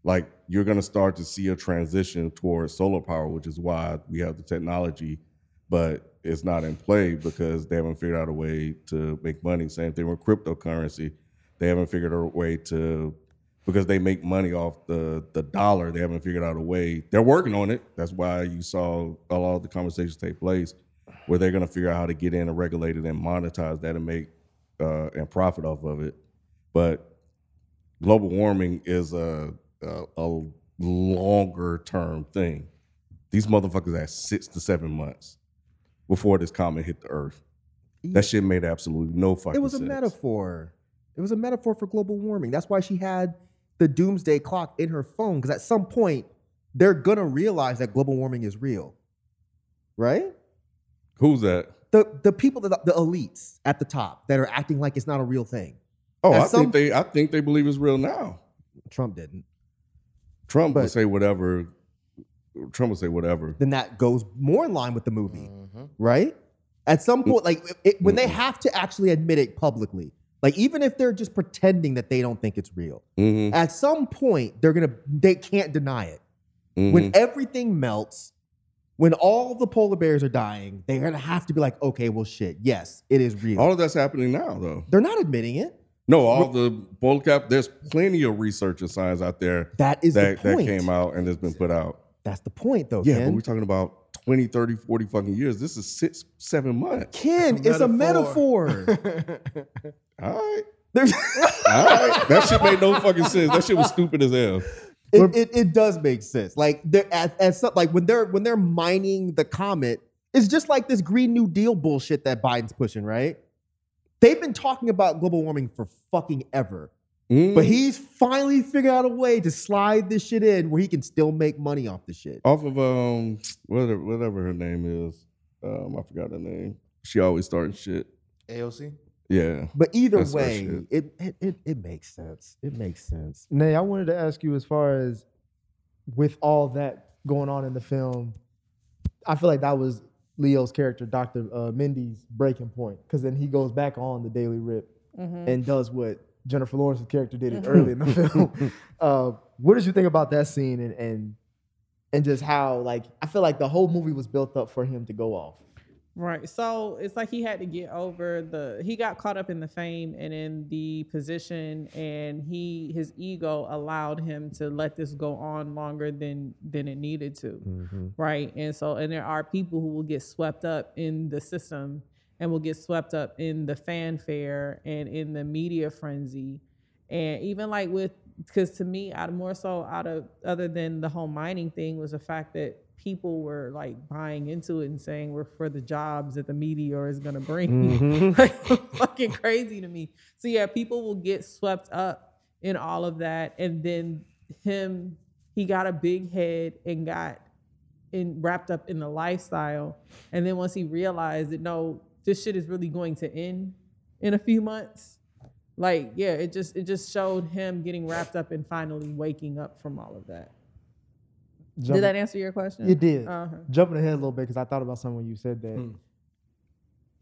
Speaker 1: like you're going to start to see a transition towards solar power, which is why we have the technology, but it's not in play because they haven't figured out a way to make money. Same thing with cryptocurrency. They haven't figured out a way to because they make money off the the dollar. They haven't figured out a way. They're working on it. That's why you saw a lot of the conversations take place where they're going to figure out how to get in and regulate it and monetize that and make uh, and profit off of it. But global warming is a a, a longer term thing. These motherfuckers had six to seven months before this comet hit the Earth. That shit made absolutely no fucking sense.
Speaker 7: It was a metaphor. It was a metaphor for global warming. That's why she had the doomsday clock in her phone because at some point they're gonna realize that global warming is real, right?
Speaker 1: Who's that?
Speaker 7: The the people that the elites at the top that are acting like it's not a real thing.
Speaker 1: Oh,
Speaker 7: At
Speaker 1: I
Speaker 7: some-
Speaker 1: think they I think they believe it's real now.
Speaker 7: Trump didn't.
Speaker 1: Trump will say whatever. Trump will say whatever.
Speaker 7: Then that goes more in line with the movie, right? At some point, like it, when they have to actually admit it publicly, like even if they're just pretending that they don't think it's real,
Speaker 1: Mhm.
Speaker 7: at some point they're gonna they can't deny it.
Speaker 1: Mhm.
Speaker 7: when everything melts, when all the polar bears are dying, they're gonna have to be like, okay, well, shit, yes, it is real.
Speaker 1: all of that's happening now, though.
Speaker 7: they're not admitting it.
Speaker 1: No, all the bowl cap. There's plenty of research and science out there
Speaker 7: That is
Speaker 1: that,
Speaker 7: the
Speaker 1: that
Speaker 7: point.
Speaker 1: came out and has been put out.
Speaker 7: That's the point, though.
Speaker 1: Yeah,
Speaker 7: Ken.
Speaker 1: but we're talking about 20, 30, 40 fucking years. This is six, seven months.
Speaker 7: Ken, it's a metaphor.
Speaker 1: All right.
Speaker 7: There's-
Speaker 1: All right. That shit made no fucking sense. That shit was stupid as hell.
Speaker 7: it, it, it does make sense. Like they're at, at some, like when they're when they're mining the comet, it's just like this Green New Deal bullshit that Biden's pushing, right? They've been talking about global warming for fucking ever. But
Speaker 1: Mm.
Speaker 7: he's finally figured out a way to slide this shit in where he can still make money off the shit.
Speaker 1: Off of um whatever whatever her name is. Um, I forgot her name. She always starting shit.
Speaker 9: AOC.
Speaker 1: Yeah.
Speaker 7: But either
Speaker 1: That's her
Speaker 7: way,
Speaker 1: shit.
Speaker 7: it it, it it makes sense. It makes sense.
Speaker 5: Nay, I wanted to ask you as far as with all that going on in the film, I feel like that was Leo's character, Dr. Uh, Mindy's breaking point. Because then he goes back on the Daily Rip and does what Jennifer Lawrence's character did it early in the film. Uh, what did you think about that scene and, and and just how like I feel like the whole movie was built up for him to go off.
Speaker 6: Right. So it's like he had to get over the he got caught up in the fame and in the position and he his ego allowed him to let this go on longer than than it needed to. Right? And so and there are people who will get swept up in the system and will get swept up in the fanfare and in the media frenzy and even like with because to me out of more so out of other than the whole mining thing was the fact that people were like buying into it and saying we're for the jobs that the meteor is going to bring like fucking crazy to me so yeah people will get swept up in all of that and then him he got a big head and got in wrapped up in the lifestyle and then once he realized that no this shit is really going to end in a few months like yeah it just it just showed him getting wrapped up and finally waking up from all of that
Speaker 5: Jumping-
Speaker 6: did that answer your question
Speaker 5: It did.
Speaker 6: uh-huh.
Speaker 5: Jumping ahead a little bit because I thought about something when you said that.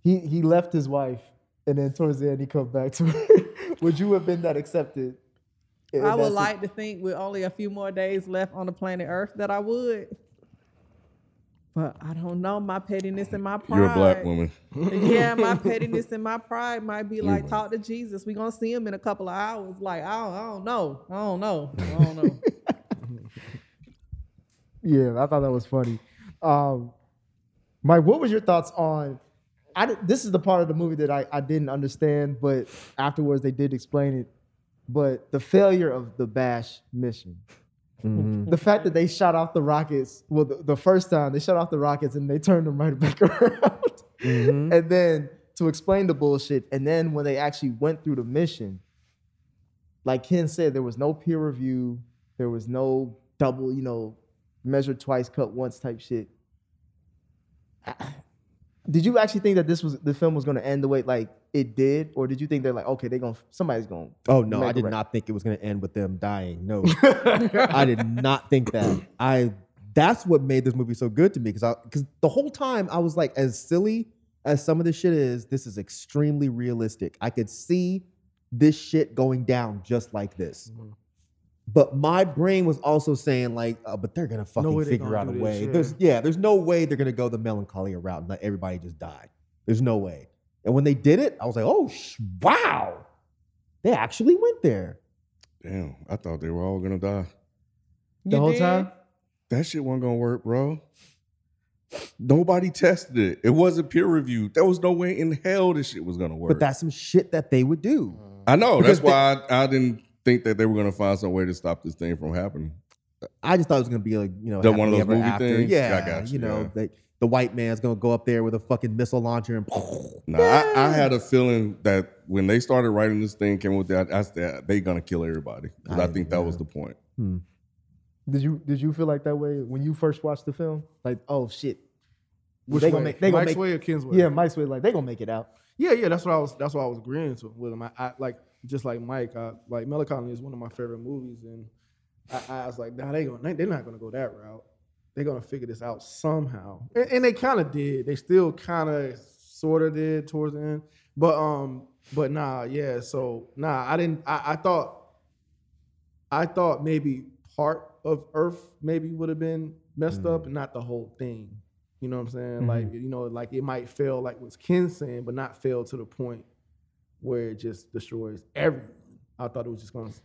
Speaker 5: He he left his wife, and then towards the end he come back to her. Would you have been that accepted? in
Speaker 6: I
Speaker 5: that
Speaker 6: would
Speaker 5: sit-
Speaker 6: like to think with only a few more days left on the planet Earth that I would. But I don't know. My pettiness and my pride.
Speaker 1: You're a black woman.
Speaker 6: Yeah, my pettiness and my pride might be like, talk to Jesus. We're going to see him in a couple of hours. Like, I don't, I don't know. I don't know. I don't know.
Speaker 5: Yeah, I thought that was funny. Um, Mike, what was your thoughts on? I di- this is the part of the movie that I, I didn't understand, but afterwards they did explain it. But the failure of the Bash mission, the fact that they shot off the rockets. Well, the, the first time they shot off the rockets and they turned them right back around, and then to explain the bullshit, and then when they actually went through the mission, like Ken said, there was no peer review, there was no double, you know, measure twice, cut once type shit. Did you actually think that this was the film was going to end the way like it did, or did you think they're like, okay, they're gonna somebody's gonna?
Speaker 7: Oh no,
Speaker 5: Make
Speaker 7: I
Speaker 5: a
Speaker 7: did
Speaker 5: record.
Speaker 7: not think it was gonna end with them dying. No, I did not think that. I that's what made this movie so good to me because I because the whole time I was like, as silly as some of this shit is, this is extremely realistic. I could see this shit going down just like this.
Speaker 8: Mm-hmm.
Speaker 7: But my brain was also saying like, oh, but they're gonna fucking
Speaker 8: way they
Speaker 7: figure
Speaker 8: gonna
Speaker 7: out a
Speaker 8: do this,
Speaker 7: way.
Speaker 8: yeah.
Speaker 7: There's yeah, there's no way they're gonna go the melancholia route and let everybody just die. There's no way. And when they did it, I was like, oh sh- wow, they actually went there.
Speaker 1: Damn, I thought they were all gonna die.
Speaker 7: The whole time?
Speaker 1: That shit wasn't gonna work, bro. Nobody tested it. It wasn't peer reviewed. There was no way in hell this shit was gonna work.
Speaker 7: But that's some shit that they would do.
Speaker 8: Mm-hmm.
Speaker 1: I know.
Speaker 7: Because
Speaker 1: That's why I, I didn't think that they were gonna find some way to stop this thing from happening.
Speaker 7: I just thought it was gonna be like you know
Speaker 1: That one of
Speaker 7: happily
Speaker 1: those movie
Speaker 7: ever after.
Speaker 1: things?
Speaker 7: Yeah,
Speaker 1: I got
Speaker 7: you
Speaker 1: you,
Speaker 7: know
Speaker 1: yeah.
Speaker 7: like the white man's gonna go up there with a fucking missile launcher and
Speaker 1: No, I, I had a feeling that when they started writing this thing, came with that, I said they gonna kill everybody. 'Cause I,
Speaker 7: I-
Speaker 1: think that was the point.
Speaker 5: Did you did you feel like that way when you first watched the film? Like, oh shit,
Speaker 8: Which
Speaker 5: they
Speaker 8: way?
Speaker 5: gonna make they gonna
Speaker 8: Mike's
Speaker 5: make
Speaker 8: way or Ken's way?
Speaker 5: yeah, Mike's way. Like they gonna make it out.
Speaker 8: Yeah, yeah, that's what I was. That's what I was agreeing to with him. I, I like just like Mike. I, like Melancholy is one of my favorite movies, and I, I was like, nah, they going they're not gonna go that route. They're gonna figure this out somehow, and, and they kind of did. They still kind of sort of did towards the end, but um, but nah, yeah. So nah, I didn't. I, I thought, I thought maybe part of Earth maybe would have been messed
Speaker 5: Mm.
Speaker 8: up, and not the whole thing. You know what I'm saying?
Speaker 5: Mm-hmm.
Speaker 8: Like, you know, like it might fail like what's Ken saying, but not fail to the point where it just destroys everyone. I thought it was just gonna s-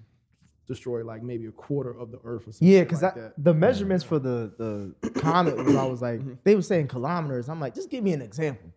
Speaker 8: destroy like maybe a quarter of the earth or something.
Speaker 5: Yeah, because
Speaker 8: like
Speaker 5: I
Speaker 8: that. Mm-hmm.
Speaker 5: the measurements for the the comet was always like they were saying kilometers. I'm like, just give me an example.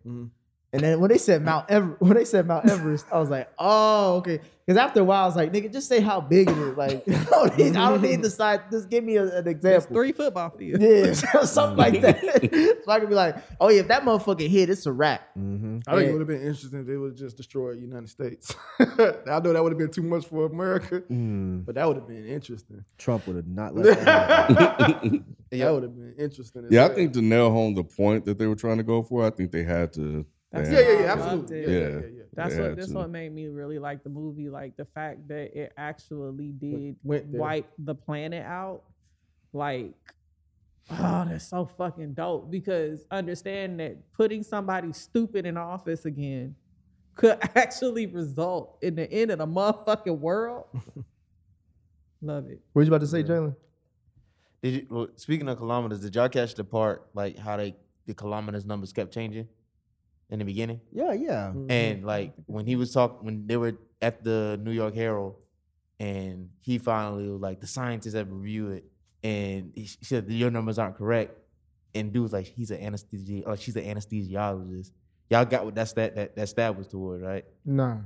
Speaker 5: And then when they said Mount Ever when they said Mount Everest, I was like, oh okay. Because after a while, I was like, nigga, just say how big it is. Like, I don't need, I don't need the size. Just give me a- an
Speaker 6: It's
Speaker 5: example.
Speaker 6: three football fields.
Speaker 5: Yeah, something like that. so I could be like, oh yeah, if that motherfucker hit, it's a wrap.
Speaker 8: I think it would have been interesting if they would have just destroyed the United States. I know that would have been too much for America,
Speaker 9: Mm.
Speaker 8: but that would have been interesting.
Speaker 7: Trump would have not let. That happen.
Speaker 8: That would have been interesting. as
Speaker 1: Yeah, I
Speaker 8: well.
Speaker 1: think to nail home the point that they were trying to go for, I think they had to.
Speaker 6: That's-
Speaker 8: Yeah, yeah,
Speaker 6: I
Speaker 8: yeah,
Speaker 6: loved
Speaker 8: absolutely.
Speaker 6: it.
Speaker 8: Yeah, yeah, yeah.
Speaker 1: Yeah.
Speaker 8: yeah.
Speaker 6: That's
Speaker 1: Yeah,
Speaker 6: what that's
Speaker 1: too.
Speaker 6: what made me really like the movie, like the fact that it actually did
Speaker 8: went there.
Speaker 6: wipe the planet out. Like, oh, that's so fucking dope. Because understand that putting somebody stupid in office again could actually result in the end of the motherfucking world. Love it.
Speaker 5: What you about to say, Jalen?
Speaker 9: Did you, well, speaking of kilometers, did y'all catch the part like how they the kilometers numbers kept changing in the beginning?
Speaker 7: yeah, yeah.
Speaker 5: Mm-hmm.
Speaker 9: And like when he was talking, when they were at the New York Herald, and he finally was like, the scientists have reviewed it, and he she said your numbers aren't correct. And dude was like, he's an anesthesi, like she's an anesthesiologist. Y'all got what that's that that that stab was toward, right?
Speaker 5: Nah.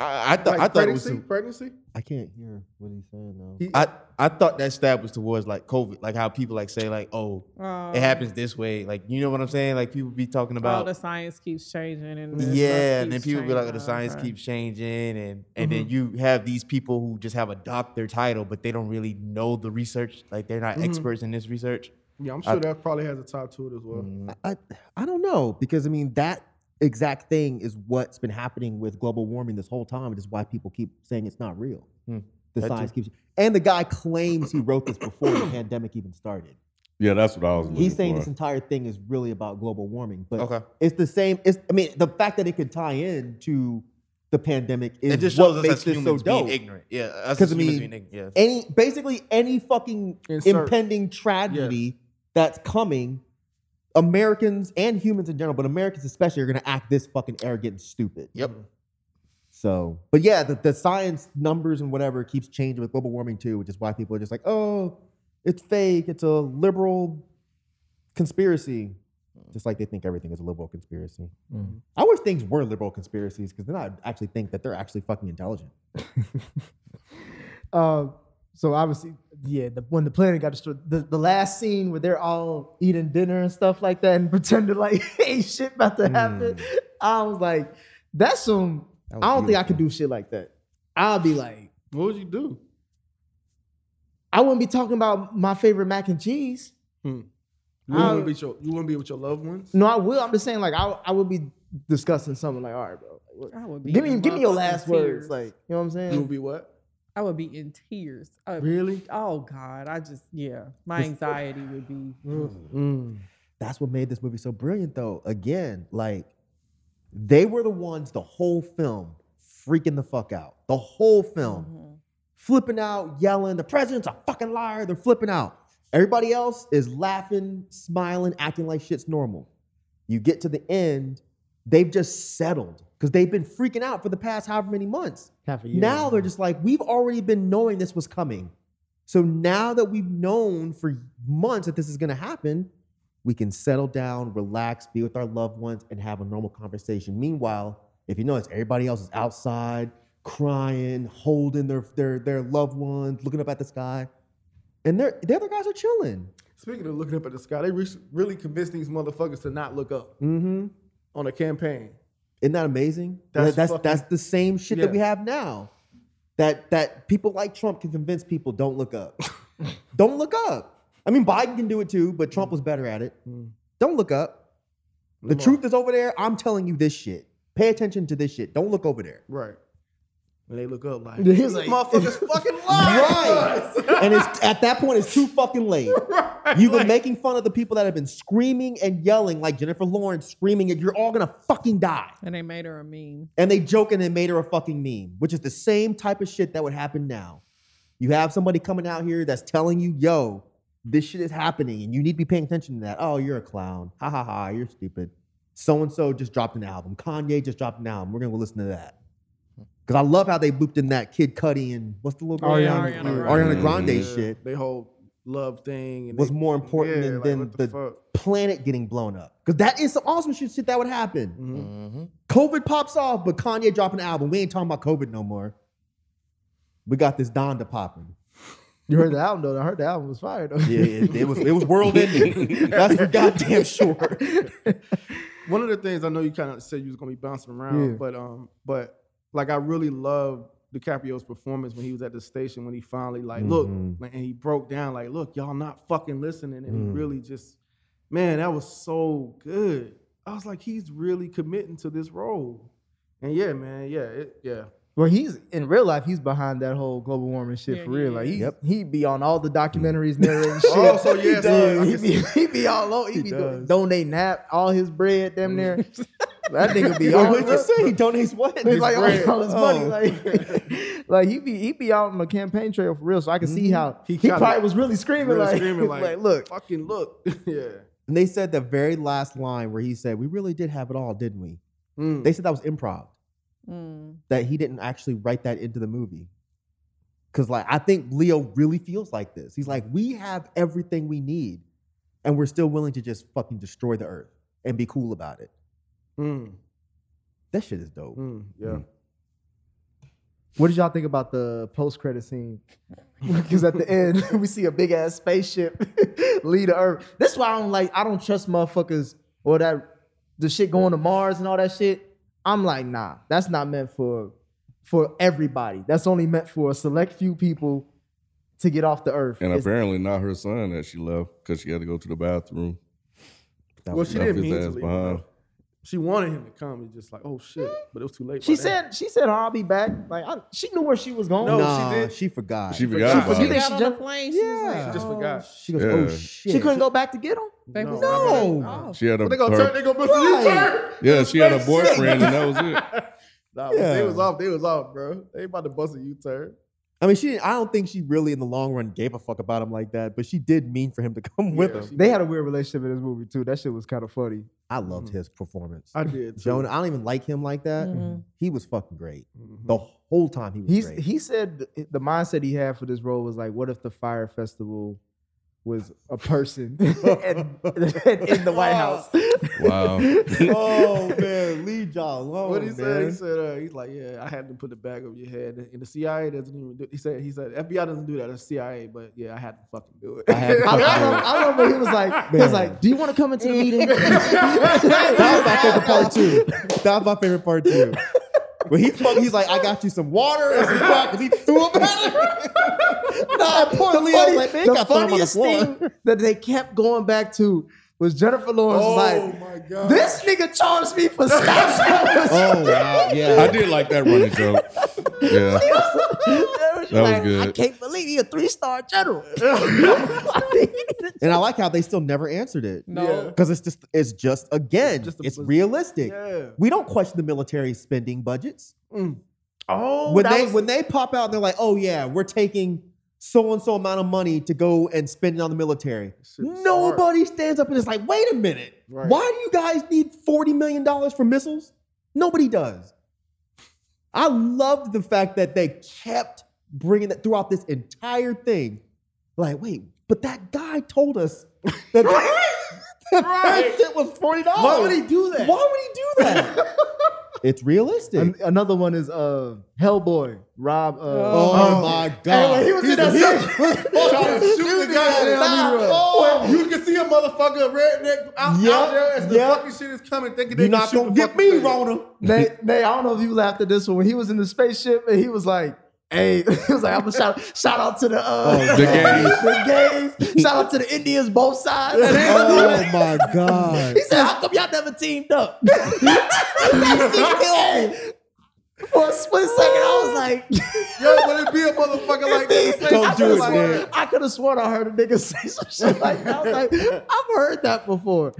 Speaker 9: I, I thought
Speaker 8: Like
Speaker 9: I thought it was.
Speaker 8: pregnancy,
Speaker 9: some-
Speaker 8: pregnancy.
Speaker 7: I can't hear what he's saying though.
Speaker 8: He-
Speaker 9: I, I thought that stab was towards like COVID, like how people like say like, oh,
Speaker 6: Um,
Speaker 7: Uh-huh.
Speaker 9: it happens this way. Like you know what I'm saying? Like people be talking
Speaker 6: all
Speaker 9: about
Speaker 6: the science keeps changing and the stuff
Speaker 9: yeah, and then
Speaker 6: keeps
Speaker 9: people be like, oh, the
Speaker 7: Uh-huh.
Speaker 6: changing.
Speaker 9: science
Speaker 6: Okay.
Speaker 9: keeps changing, and and then you have these people who just have a doctor title, but they don't really know the research. Like they're not experts in this research.
Speaker 8: yeah, I'm sure that probably has a top to it as well.
Speaker 9: Mm.
Speaker 7: Mm-hmm. I, I don't know because I mean that exact thing is what's been happening with global warming this whole time. It is why people keep saying it's not real.
Speaker 9: Hmm.
Speaker 7: The science keeps and the guy claims he wrote this before the pandemic even started.
Speaker 1: Yeah, that's what I was. Looking
Speaker 7: He's saying
Speaker 1: for.
Speaker 7: this entire thing is really about global warming, but
Speaker 9: Okay.
Speaker 7: it's the same. It's I mean the fact that it could tie in to the pandemic is
Speaker 9: It just
Speaker 7: what
Speaker 9: shows us
Speaker 7: makes
Speaker 9: as
Speaker 7: this so
Speaker 9: humans being
Speaker 7: dope.
Speaker 9: ignorant. Yeah, us as
Speaker 7: Because I
Speaker 9: humans
Speaker 7: mean,
Speaker 9: being ignorant. Yeah.
Speaker 7: any basically any fucking
Speaker 8: Insert.
Speaker 7: impending tragedy that's coming, Americans and humans in general, but Americans especially, are gonna act this fucking arrogant and stupid.
Speaker 9: Yep.
Speaker 7: So, but yeah, the, the science numbers and whatever keeps changing with global warming too, which is why people are just like, oh, it's fake. It's a liberal conspiracy. Just like they think everything is a liberal conspiracy.
Speaker 9: Mm-hmm.
Speaker 7: I wish things were liberal conspiracies because then I'd actually think that they're actually fucking intelligent.
Speaker 5: Uh, so obviously, yeah, the, when the planet got destroyed, the, the last scene where they're all eating dinner and stuff like that and pretending like ain't shit about to happen, I was like, that's some.
Speaker 7: That
Speaker 5: I
Speaker 7: was
Speaker 5: don't think I could do shit like that. I'll be like,
Speaker 8: What would you do?
Speaker 5: I wouldn't be talking about my favorite mac and cheese.
Speaker 8: You
Speaker 5: I-
Speaker 8: wouldn't be with your, you wouldn't be with your loved ones.
Speaker 5: No, I will. I'm just saying, like, I, I would be discussing something like, all right, bro.
Speaker 6: I would be
Speaker 5: Give me,
Speaker 6: in
Speaker 5: give me your
Speaker 6: motherfucking
Speaker 5: last
Speaker 6: tears.
Speaker 5: words, like you know what I'm
Speaker 8: You would
Speaker 5: saying.
Speaker 8: be what?
Speaker 6: I would be in tears. I would-
Speaker 8: Really?
Speaker 6: Oh God, I just yeah, my anxiety would be.
Speaker 8: Mm.
Speaker 7: That's what made this movie so brilliant, though. Again, like they were the ones the whole film freaking the fuck out. The whole film
Speaker 5: Mm-hmm.
Speaker 7: flipping out, yelling. The president's a fucking liar. They're flipping out. Everybody else is laughing, smiling, acting like shit's normal. You get to the end, they've just settled because they've been freaking out for the past however many months.
Speaker 5: Half a year.
Speaker 7: Now they're just like, we've already been knowing this was coming. So now that we've known for months that this is going to happen, we can settle down, relax, be with our loved ones, and have a normal conversation. Meanwhile, if you notice, everybody else is outside crying, holding their their their loved ones, looking up at the sky, and they're, the other guys are chilling.
Speaker 8: Speaking of looking up at the sky, they re- really convinced these motherfuckers to not look up
Speaker 7: Mm-hmm.
Speaker 8: on a campaign.
Speaker 7: Isn't that amazing?
Speaker 8: That's
Speaker 7: That's that's,
Speaker 8: fucking-
Speaker 7: the same shit that we
Speaker 8: Yeah.
Speaker 7: have now. That that people like Trump can convince people don't look up. don't look up. I mean, Biden can do it too, but Trump was better at it.
Speaker 8: Mm.
Speaker 7: Don't look up. The truth is over there. I'm telling you this shit. Pay attention to this shit. Don't look over there.
Speaker 8: Right. And they look up like,
Speaker 7: He was
Speaker 8: "These
Speaker 7: like-
Speaker 8: motherfuckers fucking lie.
Speaker 7: and it's at that point it's too fucking late. You've been making fun of the people that have been screaming and yelling like Jennifer Lawrence screaming, and you're all gonna fucking die.
Speaker 6: And they made her a meme.
Speaker 7: and they joke and they made her a fucking meme, which is the same type of shit that would happen now. You have somebody coming out here that's telling you, yo, this shit is happening and you need to be paying attention to that. Oh, you're a clown. Ha ha ha, you're stupid. So and so just dropped an album. Kanye just dropped an album. We're gonna go listen to that. Cause I love how they looped in that Kid Cudi and what's the little girl?
Speaker 6: Ariana Ariana Grande.
Speaker 7: Ariana Grande
Speaker 8: Yeah,
Speaker 7: shit
Speaker 8: They whole love thing. And
Speaker 7: was
Speaker 8: they-
Speaker 7: more important
Speaker 8: yeah,
Speaker 7: than,
Speaker 8: like,
Speaker 7: than
Speaker 8: what
Speaker 7: the,
Speaker 8: the, fuck?
Speaker 7: planet getting blown up. Because that is some awesome shit, shit that would
Speaker 9: Mhm.
Speaker 7: happen. COVID pops off, but Kanye dropping an album. We ain't talking about COVID no more. We got this Donda popping.
Speaker 5: You heard the album though. I heard the album was fire though.
Speaker 7: Yeah, it, it was it was world ending. That's for goddamn sure.
Speaker 8: One of the things I know you kind of said you was gonna be bouncing around,
Speaker 5: Yeah.
Speaker 8: but um, but like I really loved DiCaprio's performance when he was at the station when he finally like look
Speaker 7: Mm-hmm.
Speaker 8: like, and he broke down like look y'all not fucking listening and he
Speaker 7: Mm.
Speaker 8: really just man that was so good. I was like he's really committing to this role, and yeah, man, yeah, it, yeah.
Speaker 5: Well, he's in real life. He's behind that whole global warming shit for real. Like, he,
Speaker 7: Yep.
Speaker 5: he be on all the documentaries, narrating shit.
Speaker 8: Oh, so yeah, so I
Speaker 5: Dude,
Speaker 8: can
Speaker 5: he,
Speaker 8: see-
Speaker 5: be, he be all over. He, be doing, donating that all his bread,
Speaker 8: Mm.
Speaker 5: damn near. that nigga be all.
Speaker 7: What'd you say? He donates what?
Speaker 5: He's like
Speaker 7: bread.
Speaker 5: all his money,
Speaker 7: Oh.
Speaker 5: like, like he be he be out on the campaign trail for real. So I can see how
Speaker 8: Mm-hmm. He
Speaker 5: he,
Speaker 8: kinda-
Speaker 5: probably was really screaming,
Speaker 8: Really
Speaker 5: like,
Speaker 8: screaming like,
Speaker 5: look,
Speaker 8: fucking look, yeah.
Speaker 7: And they said the very last line where he said, "We really did have it all, didn't we?"
Speaker 8: Mm.
Speaker 7: They said that was improv.
Speaker 6: Mm.
Speaker 7: that he didn't actually write that into the movie. Cause like I think Leo really feels like this. He's like, we have everything we need, and we're still willing to just fucking destroy the earth and be cool about it.
Speaker 8: Mm.
Speaker 7: That shit is dope.
Speaker 8: Mm. Yeah.
Speaker 5: What did y'all think about the post credit scene? Because at the end we see a big ass spaceship lead the Earth. That's why I don't like. I don't trust motherfuckers or that the shit going to Mars and all that shit. I'm like, nah, that's not meant for for everybody. That's only meant for a select few people to get off the Earth.
Speaker 1: And
Speaker 5: It's-
Speaker 1: apparently not her son that she left because she had to go to the bathroom.
Speaker 8: Well, she
Speaker 1: Left
Speaker 8: didn't
Speaker 1: his
Speaker 8: mean to
Speaker 1: ass
Speaker 8: leave.
Speaker 1: behind.
Speaker 8: though. She wanted him to come. It's just like, oh shit, but it was too late.
Speaker 5: she
Speaker 8: by then.
Speaker 5: said, she said, I'll be back. Like I, she knew where she was going.
Speaker 8: No, she
Speaker 7: nah, she
Speaker 8: did.
Speaker 7: forgot.
Speaker 1: She
Speaker 7: She,
Speaker 1: forgot
Speaker 8: She
Speaker 1: about
Speaker 5: You
Speaker 1: it.
Speaker 5: think
Speaker 6: Got
Speaker 5: she
Speaker 6: on the
Speaker 5: just,
Speaker 6: plane. She was like,
Speaker 8: She just
Speaker 6: oh,
Speaker 8: forgot.
Speaker 7: goes,
Speaker 1: Yeah.
Speaker 7: oh shit.
Speaker 5: she couldn't go back to get him.
Speaker 6: They was
Speaker 8: No.
Speaker 6: like,
Speaker 7: No.
Speaker 6: oh.
Speaker 1: She had a
Speaker 8: They gonna
Speaker 1: her-
Speaker 8: turn. They gonna put you turn.
Speaker 1: yeah, she had a boyfriend, and that was it.
Speaker 8: Nah, but they
Speaker 7: Yeah.
Speaker 8: was off. They was off, bro. They about to bust a U turn.
Speaker 7: I mean, she didn't, I don't think she really in the long run gave a fuck about him like that, but she did mean for him to come with
Speaker 8: Yeah,
Speaker 7: him.
Speaker 8: she-
Speaker 5: They had a weird relationship in this movie too. That shit was kind of funny.
Speaker 7: I loved his performance.
Speaker 8: I did. Too.
Speaker 7: Jonah, I don't even like him like that. He was fucking great.
Speaker 8: Mhm.
Speaker 7: The whole time he was
Speaker 5: He's,
Speaker 7: great.
Speaker 5: he said th- the mindset he had for this role was like, what if the fire festival was a person and, and in the White House?
Speaker 1: Wow.
Speaker 7: oh man, leave y'all alone.
Speaker 8: What
Speaker 7: Oh,
Speaker 8: he
Speaker 7: man.
Speaker 8: said? He said uh, he's like, yeah, I had to put the bag over your head, and the CIA doesn't even. do He said he said FBI doesn't do that. It's CIA, but yeah, I had to fucking do it.
Speaker 7: I had to
Speaker 5: I,
Speaker 7: fucking
Speaker 5: I,
Speaker 7: do
Speaker 5: love,
Speaker 7: it.
Speaker 5: I love when he was like, he
Speaker 7: Man.
Speaker 5: was like, do you want to come into the meeting?
Speaker 7: That was my favorite part too. That was my favorite part too. When he fuck, he's like, I got you some water and some crack, because he threw him at her. nah, poor Leo.
Speaker 5: funny-
Speaker 7: Like, man,
Speaker 5: the
Speaker 7: got thrown on the
Speaker 5: funniest
Speaker 7: floor.
Speaker 5: thing that they kept going back to was Jennifer Lawrence
Speaker 8: Oh,
Speaker 5: like,
Speaker 8: my God.
Speaker 5: this nigga charged me for stash.
Speaker 7: Oh wow,
Speaker 1: I
Speaker 7: yeah.
Speaker 1: did like that running joke. Yeah, that was good.
Speaker 7: can't believe he a three star general. and I like how they still never answered it.
Speaker 6: No.
Speaker 8: Yeah.
Speaker 7: Because it's just it's just again, it's,
Speaker 8: just a buzz-
Speaker 7: realistic.
Speaker 8: Yeah.
Speaker 7: We don't question the military spending budgets.
Speaker 9: Oh,
Speaker 7: when
Speaker 9: that
Speaker 7: they
Speaker 9: was-
Speaker 7: when they pop out, they're like, oh yeah, we're taking so and so amount of money to go and spend it on the military. Nobody stands up and is like, wait a minute,
Speaker 8: Right.
Speaker 7: why do you guys need forty million dollars for missiles? Nobody does. I loved the fact that they kept bringing that throughout this entire thing. Like, wait, but that guy told us that that,
Speaker 8: Right.
Speaker 7: shit was forty dollars.
Speaker 8: Why would he do that?
Speaker 7: Why would he do that? it's realistic.
Speaker 5: An- another one is uh Hellboy, Rob. Uh,
Speaker 7: Oh, my god!
Speaker 5: Hey, when he was in that
Speaker 8: Trying to shoot the goddamn
Speaker 7: Nah,
Speaker 8: leader
Speaker 5: Oh.
Speaker 8: up. You can see a motherfucker redneck out,
Speaker 7: Yep,
Speaker 8: out there as the
Speaker 7: yep.
Speaker 8: fucking shit is coming, thinking they
Speaker 7: You're
Speaker 8: can
Speaker 7: not
Speaker 8: shoot
Speaker 7: gonna
Speaker 8: the
Speaker 7: get
Speaker 8: fucking
Speaker 7: me,
Speaker 8: thing.
Speaker 7: Rona.
Speaker 5: Nay, Nay, I don't know if you laughed at this one. When he was in the spaceship and he was like, hey, he was like, I'm gonna shout, shout out to the
Speaker 7: Oh,
Speaker 5: uh,
Speaker 1: The gays.
Speaker 5: the gays, shout out to the Indians, both sides.
Speaker 7: Oh my god!
Speaker 5: He said, how come y'all never teamed up? Hey, For a split second, I was like,
Speaker 8: Yo, but it be a motherfucker like this.
Speaker 7: Don't
Speaker 5: I
Speaker 7: do
Speaker 5: could've
Speaker 7: it,
Speaker 5: sworn-
Speaker 7: man.
Speaker 5: I could have sworn I heard a nigga say some shit like that. I was like, I've heard that before.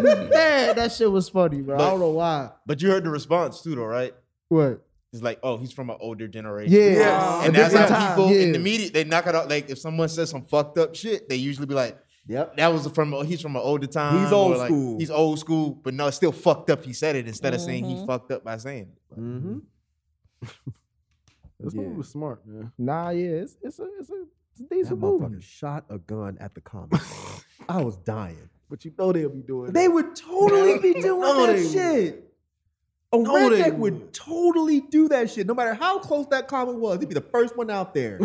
Speaker 5: man, that shit was funny, bro. I don't know why.
Speaker 9: but you heard the response too, though, right?
Speaker 5: What?
Speaker 9: It's like, oh, he's from an older generation.
Speaker 5: Yeah.
Speaker 8: Yes.
Speaker 9: And
Speaker 5: A
Speaker 9: that's how
Speaker 5: different time,
Speaker 9: people in
Speaker 5: yeah.
Speaker 9: the media they knock it out. Like if someone says some fucked up shit, they usually be like,
Speaker 7: Yep.
Speaker 9: that was from he's from an older time.
Speaker 7: He's old
Speaker 9: or, like,
Speaker 7: school.
Speaker 9: He's old school, but no, it's still fucked up. He said it instead of saying
Speaker 6: Mm-hmm.
Speaker 9: he fucked up by saying it.
Speaker 7: Mm-hmm.
Speaker 8: This movie was smart, man.
Speaker 5: Nah, yeah, it's it's a it's a, it's a
Speaker 7: That
Speaker 5: decent
Speaker 7: motherfucker
Speaker 5: movie.
Speaker 7: shot a gun at the comic. I was dying.
Speaker 8: But you know they'll be doing
Speaker 7: They
Speaker 8: it.
Speaker 7: would totally be doing
Speaker 8: No,
Speaker 7: that
Speaker 8: they would.
Speaker 7: shit. A
Speaker 8: No, they
Speaker 7: redneck would
Speaker 8: would.
Speaker 7: totally do that shit, no matter how close that comic was. He'd be the first one out there